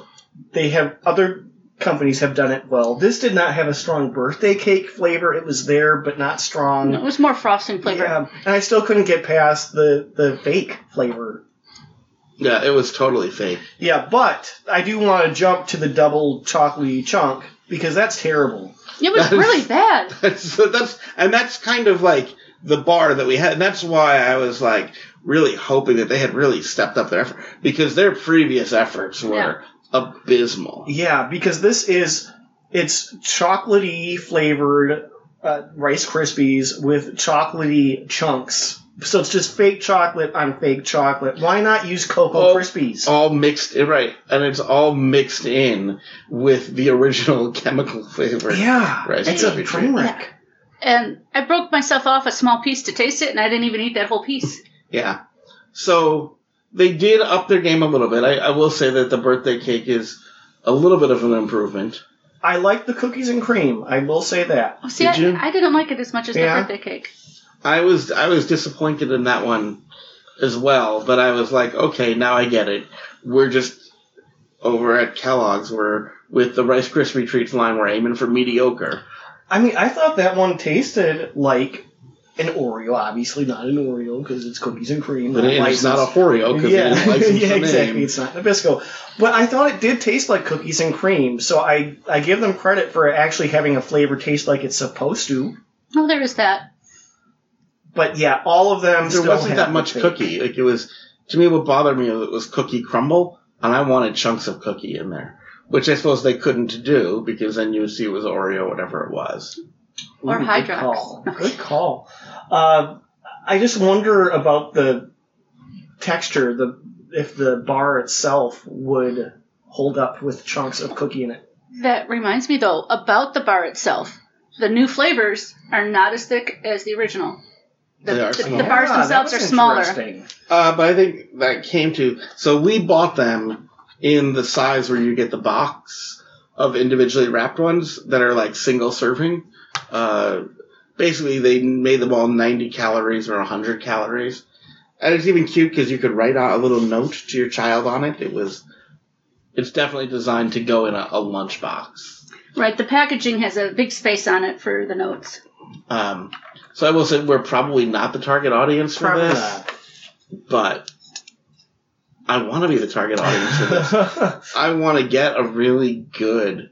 S3: they have other companies have done it well. This did not have a strong birthday cake flavor. It was there, but not strong.
S2: Mm.
S1: It was more frosting flavor.
S3: Yeah, and I still couldn't get past the the fake flavor.
S2: Yeah, it was totally fake.
S3: Yeah, but I do want to jump to the double chocolatey chunk because that's terrible.
S1: It was
S2: That is-
S1: really bad.
S2: so that's and that's kind of like the bar that we had, and that's why I was like really hoping that they had really stepped up their effort because their previous efforts were abysmal.
S3: Yeah, because this is it's chocolatey flavored uh, Rice Krispies with chocolatey chunks. So it's just fake chocolate on fake chocolate. Why not use Cocoa
S2: Oh.
S3: Krispies?
S2: All mixed right, and it's all mixed in with the original chemical flavor.
S3: Yeah,
S2: Rice
S3: it's a
S2: Krispie
S3: train
S2: treat.
S3: wreck.
S1: And I broke myself off a small piece to taste it, and I didn't even eat that whole piece.
S2: Yeah. So they did up their game a little bit. I, I will say that the birthday cake is a little bit of an improvement.
S3: I like the cookies and cream. I will say that.
S1: Oh, see,
S2: Did
S1: I,
S2: you?
S1: I didn't like it as much as the
S3: Yeah.
S1: birthday cake.
S2: I was I was disappointed in that one as well, but I was like, okay, now I get it. We're just over at Kellogg's. We're with the Rice Krispie treats line. We're aiming for mediocre.
S3: I mean, I thought that one tasted like an Oreo. Obviously, not an Oreo because it's cookies and cream.
S2: But it- it's not
S3: licensed.
S2: a Oreo because
S3: yeah,
S2: it is licensed
S3: yeah,
S2: for
S3: exactly.
S2: name.
S3: It's not Nabisco, but I thought it did taste like cookies and cream. So I I give them credit for actually having a flavor taste like it's supposed to.
S1: Oh, there is that.
S3: But yeah, all of them.
S2: There
S3: still
S2: wasn't
S3: have
S2: that
S3: the
S2: much
S3: fake.
S2: cookie. Like it was to me, what bothered me was it was cookie crumble, and I wanted chunks of cookie in there, which I suppose they couldn't do because then you would see it was Oreo, whatever it was.
S1: Or Hydrox.
S3: Good call. Good call. Uh, I just wonder about the texture. The if the bar itself would hold up with chunks of cookie in it.
S1: That reminds me, though, about the bar itself. The new flavors are not as thick as the original. The,
S2: They are
S1: the, the
S2: smaller.
S1: bars
S3: Ah, that
S1: themselves are
S3: was
S1: smaller.
S3: interesting.
S2: Uh, but I think that came to so we bought them in the size where you get the box of individually wrapped ones that are like single serving. Uh, basically, they made them all 90 calories or 100 calories, and it's even cute because you could write out a little note to your child on it. It was, it's definitely designed to go in a, a lunchbox.
S1: Right, the packaging has a big space on it for the notes.
S2: Um, so I will say we're probably not the target audience for
S3: Probably
S2: this,
S3: not.
S2: but I want to be the target audience for this. I want to get a really good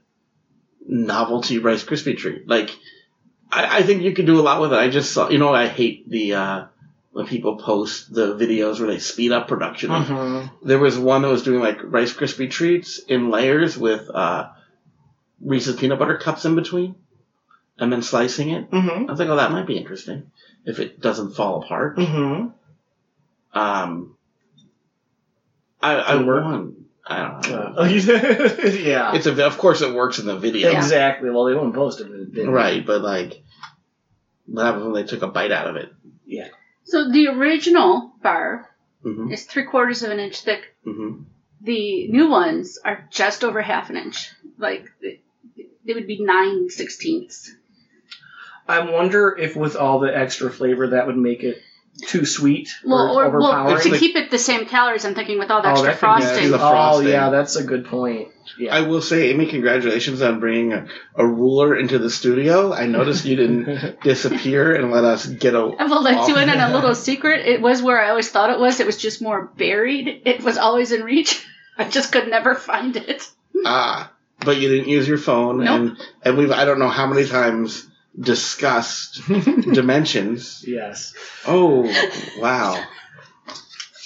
S2: novelty Rice Krispie treat. Like, I, I think you could do a lot with it. I just saw, you know, I hate the uh, when people post the videos where they speed up production. of-
S3: Mhm.
S2: There was one that was doing like Rice Krispie treats in layers with uh, Reese's peanut butter cups in between, and then slicing it.
S3: Mhm.
S2: I was like, oh, that might be interesting if it doesn't fall apart.
S3: Mhm.
S2: Um, I, I
S3: Doesn't work?
S2: want. I don't know.
S3: Uh, yeah.
S2: It's a, of course it works in the video.
S3: Exactly. Well, they wouldn't post it. if it didn't.
S2: Right, but like, what happened when they took a bite out of it?
S1: So the original bar
S2: Mm-hmm.
S1: is three quarters of an inch thick.
S2: Mm-hmm.
S1: The new ones are just over half an inch. Like, they they would be nine sixteenths.
S3: I wonder if with all the extra flavor, that would make it too sweet
S1: Well,
S3: or,
S1: or, well,
S3: overpowering.
S1: to
S2: It's
S1: keep it the same calories, I'm thinking with all the
S3: oh,
S1: extra
S3: that could be-
S1: frosting.
S2: the
S3: oh,
S2: frosting.
S3: yeah, that's a good point. Yeah.
S2: I will say, Amy, congratulations on bringing a, a ruler into the studio. I noticed you didn't disappear and let us get a.
S1: I will let you in on a
S2: Oh.
S1: little secret. It was where I always thought it was. It was just more buried. It was always in reach. I just could never find it.
S2: Ah, but you didn't use your phone, and and we've I don't know how many times discussed dimensions.
S3: yes.
S2: Oh wow!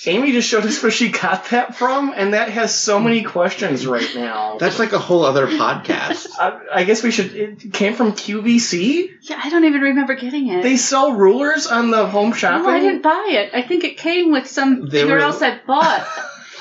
S3: Amy just showed us where she got that from, and that has so many questions right now.
S2: That's like a whole other podcast.
S3: I, I guess we should. It came from QVC.
S1: Yeah, I don't even remember getting it.
S3: They sell rulers on the home shopping.
S1: no, I didn't buy it. I think it came with some
S2: They
S1: somewhere
S2: were-
S1: else I bought.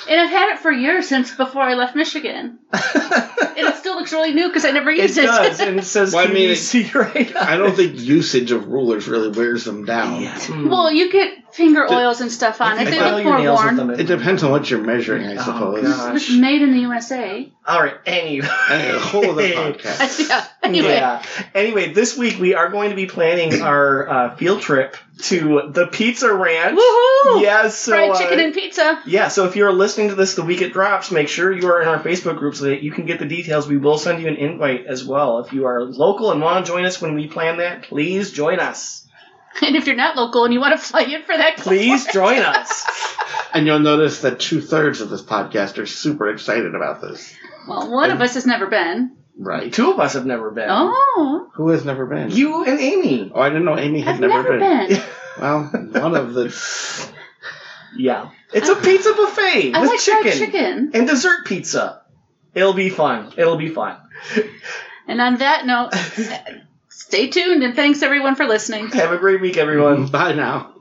S1: and I've had it for years since before I left Michigan. And it still looks looks really new because I never
S3: It
S1: used it.
S3: does, and it says
S2: Well, I mean,
S3: QVC right on
S2: I don't think usage of rulers really wears them down.
S3: Yeah.
S1: well, you get finger
S2: Did-
S1: oils and stuff on
S3: You
S1: it.
S3: can
S1: They
S3: file
S1: look
S3: your
S1: more
S3: nails with
S1: worn.
S3: them.
S2: It depends on what you're measuring, I
S3: Oh,
S2: suppose.
S1: It
S3: God.
S1: was made in the USA.
S3: All right. Anyway.
S2: Anyway, a whole other podcast.
S1: yeah. Anyway.
S3: Yeah. Anyway, this week we are going to be planning our uh, field trip to the Pizza Ranch.
S1: Woohoo!
S3: Yes. So,
S1: Fried
S3: uh,
S1: chicken and pizza.
S3: yeah, so if you're listening to this the week it drops, make sure you are in our Facebook group so that you can get the details. We will send you an invite as well. If you are local and want to join us when we plan that, please join us.
S1: And if you're not local and you want to fly in for that, go
S3: Please
S1: for it.
S3: join us.
S2: And you'll notice that two thirds of this podcast are super excited about this.
S1: Well, one
S3: Um,
S1: of us has never been.
S2: Right.
S3: Two of us have never been.
S1: Oh,
S2: Who has never been?
S3: You and Amy.
S2: Oh, I didn't know Amy had
S1: I've never, been.
S2: Well, one of the.
S3: Yeah. It's a pizza buffet
S1: I
S3: with
S1: like
S3: chicken,
S1: fried chicken.
S3: and dessert pizza. It'll be fun. It'll be fun.
S1: And on that note, stay tuned and thanks everyone for listening.
S3: Have a great week, everyone.
S2: Bye now.